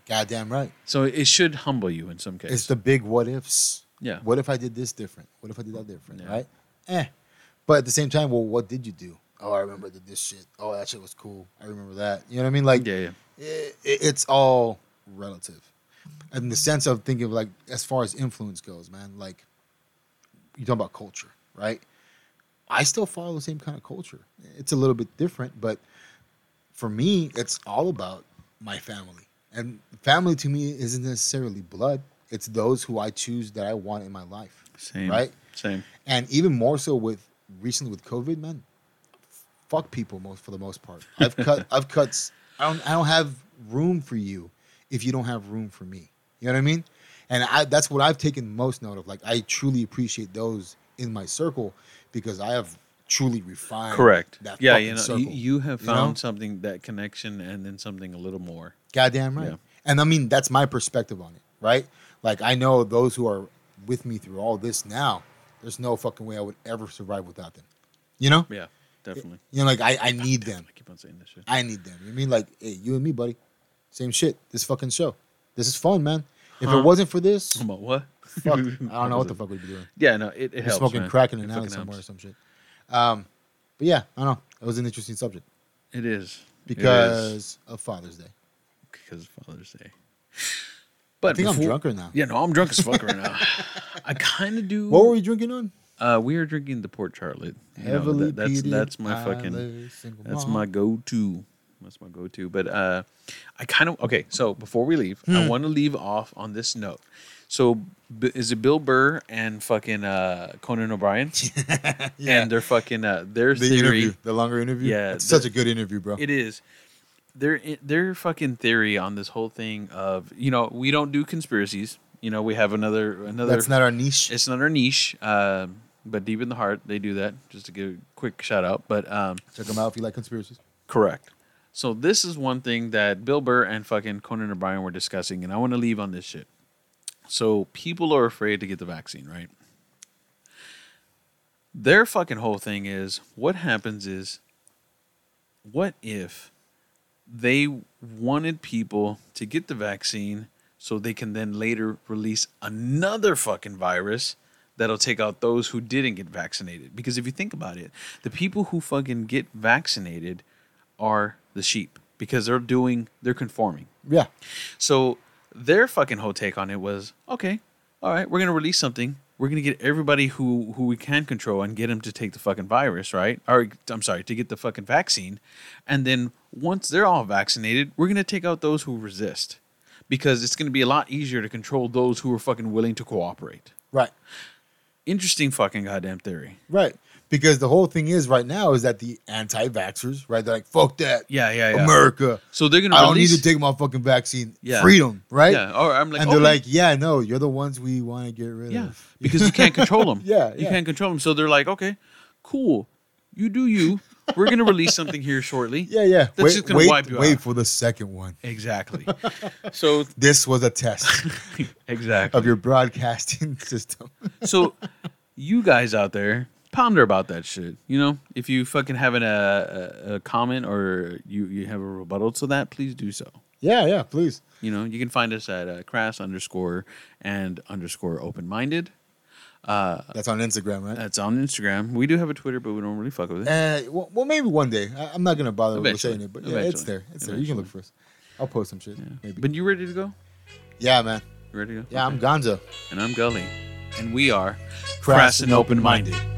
S2: Goddamn right.
S1: So it should humble you in some cases.
S2: It's the big what ifs.
S1: Yeah.
S2: What if I did this different? What if I did that different?
S1: Yeah.
S2: Right? Eh. But at the same time, well, what did you do? Oh, I remember I did this shit. Oh, that shit was cool. I remember that. You know what I mean? Like,
S1: yeah, yeah.
S2: i- i- it's all relative. In the sense of thinking of like, as far as influence goes, man, like, you're talking about culture, right? I still follow the same kind of culture. It's a little bit different, but for me, it's all about my family. And family to me isn't necessarily blood. It's those who I choose that I want in my life.
S1: Same.
S2: Right?
S1: Same.
S2: And even more so with recently with COVID, man, fuck people most for the most part. I've cut I've cut s- I don't I don't have room for you if you don't have room for me. You know what I mean? And I that's what I've taken most note of. Like I truly appreciate those in my circle because I have truly refined
S1: Correct.
S2: that
S1: yeah,
S2: fucking
S1: you know,
S2: circle.
S1: you, you have
S2: you know?
S1: found something that connection, and then something a little more.
S2: Goddamn right.
S1: Yeah.
S2: And I mean, that's my perspective on it, right? Like, I know those who are with me through all this now, there's no fucking way I would ever survive without them. You know?
S1: Yeah, definitely.
S2: You know, like, I, I need them.
S1: I keep on saying this shit.
S2: I need them. You mean, like, hey, you and me, buddy, same shit. This fucking show. This is fun, man. If
S1: Huh?
S2: it wasn't for this,
S1: Come on, what?
S2: fuck, I don't know what the
S1: fuck.
S2: fuck we'd be doing.
S1: Yeah, no, it, it
S2: We're
S1: helps.
S2: smoking
S1: man.
S2: crack in an
S1: It
S2: alley
S1: fucking
S2: somewhere or
S1: helps.
S2: some shit. Um, but yeah, I don't know. It was an interesting subject.
S1: It is It is.
S2: because of Father's Day.
S1: because Father's Day.
S2: I
S1: But
S2: think I'm
S1: before-
S2: drunker now.
S1: Yeah, no, I'm drunk as fuck right now. I kind of do.
S2: What were you drinking on?
S1: Uh, we are drinking the Port Charlotte. You know, that- that's
S2: peated
S1: that's my fucking.
S2: Isla single
S1: That's
S2: malt.
S1: my go-to. That's my go-to. But uh, I kind of okay. So before we leave,
S2: Hmm.
S1: I want to leave off on this note. So B- is it Bill Burr and fucking uh, Conan O'Brien?
S2: Yeah.
S1: And their fucking uh, their
S2: the
S1: theory.
S2: interview, the longer interview.
S1: Yeah,
S2: it's
S1: the-
S2: such a good interview, bro.
S1: It is. Their their fucking theory on this whole thing of you know we don't do conspiracies. You know we have another another.
S2: That's not our niche.
S1: It's not our niche, uh, but deep in the heart they do that. Just to give a quick shout out, but um,
S2: Check them out if you like conspiracies.
S1: Correct. So this is one thing that Bill Burr and fucking Conan O'Brien were discussing, and I want to leave on this shit. So people are afraid to get the vaccine, right? Their fucking whole thing is what happens is what if they wanted people to get the vaccine so they can then later release another fucking virus that'll take out those who didn't get vaccinated. Because if you think about it, the people who fucking get vaccinated are the sheep because they're doing, they're conforming.
S2: Yeah,
S1: So their fucking whole take on it was okay, all right, we're gonna release something. We're gonna get everybody who who we can control and get them to take the fucking virus, right? Or I'm sorry, to get the fucking vaccine, and then once they're all vaccinated, we're gonna take out those who resist, because it's gonna be a lot easier to control those who are fucking willing to cooperate.
S2: right,
S1: Interesting fucking goddamn theory.
S2: right. Because the whole thing is right now is that the anti-vaxxers, right? They're like, fuck that,
S1: Yeah, yeah, yeah.
S2: America.
S1: So they're gonna.
S2: I don't need
S1: release,
S2: to take my fucking vaccine.
S1: Yeah.
S2: Freedom, right?
S1: Yeah, or I'm like,
S2: and they're
S1: okay.
S2: like, yeah, no, you're the ones we want to get rid
S1: Yeah,
S2: of.
S1: because you can't control them.
S2: Yeah,
S1: you
S2: yeah.
S1: can't control them. So they're like, okay, cool, you do you. We're gonna release something here shortly.
S2: Yeah, yeah.
S1: That's just gonna
S2: wait,
S1: wipe you
S2: wait
S1: out.
S2: for the second one.
S1: Exactly. So
S2: This was a test
S1: exactly.
S2: of your broadcasting system.
S1: So you guys out there ponder about that shit. You know, if you fucking have an, uh, a a comment or you you have a rebuttal to that, please do so.
S2: yeah, yeah. Please.
S1: You know, you can find us at uh, crass underscore and underscore open minded.
S2: That's on Instagram, right?
S1: That's on Instagram. We do have a Twitter, but we don't really fuck with it.
S2: Uh, well, well, maybe one day. I, I'm not gonna bother with
S1: Eventually.
S2: saying it, but yeah, it's
S1: Eventually.
S2: there. It's there. You can look for us. I'll post some shit. Maybe.
S1: But you ready to go?
S2: yeah, man.
S1: You ready to go?
S2: Yeah, I'm Gonzo.
S1: and I'm Gully, and we are
S2: Crass and open-minded.
S1: open-minded.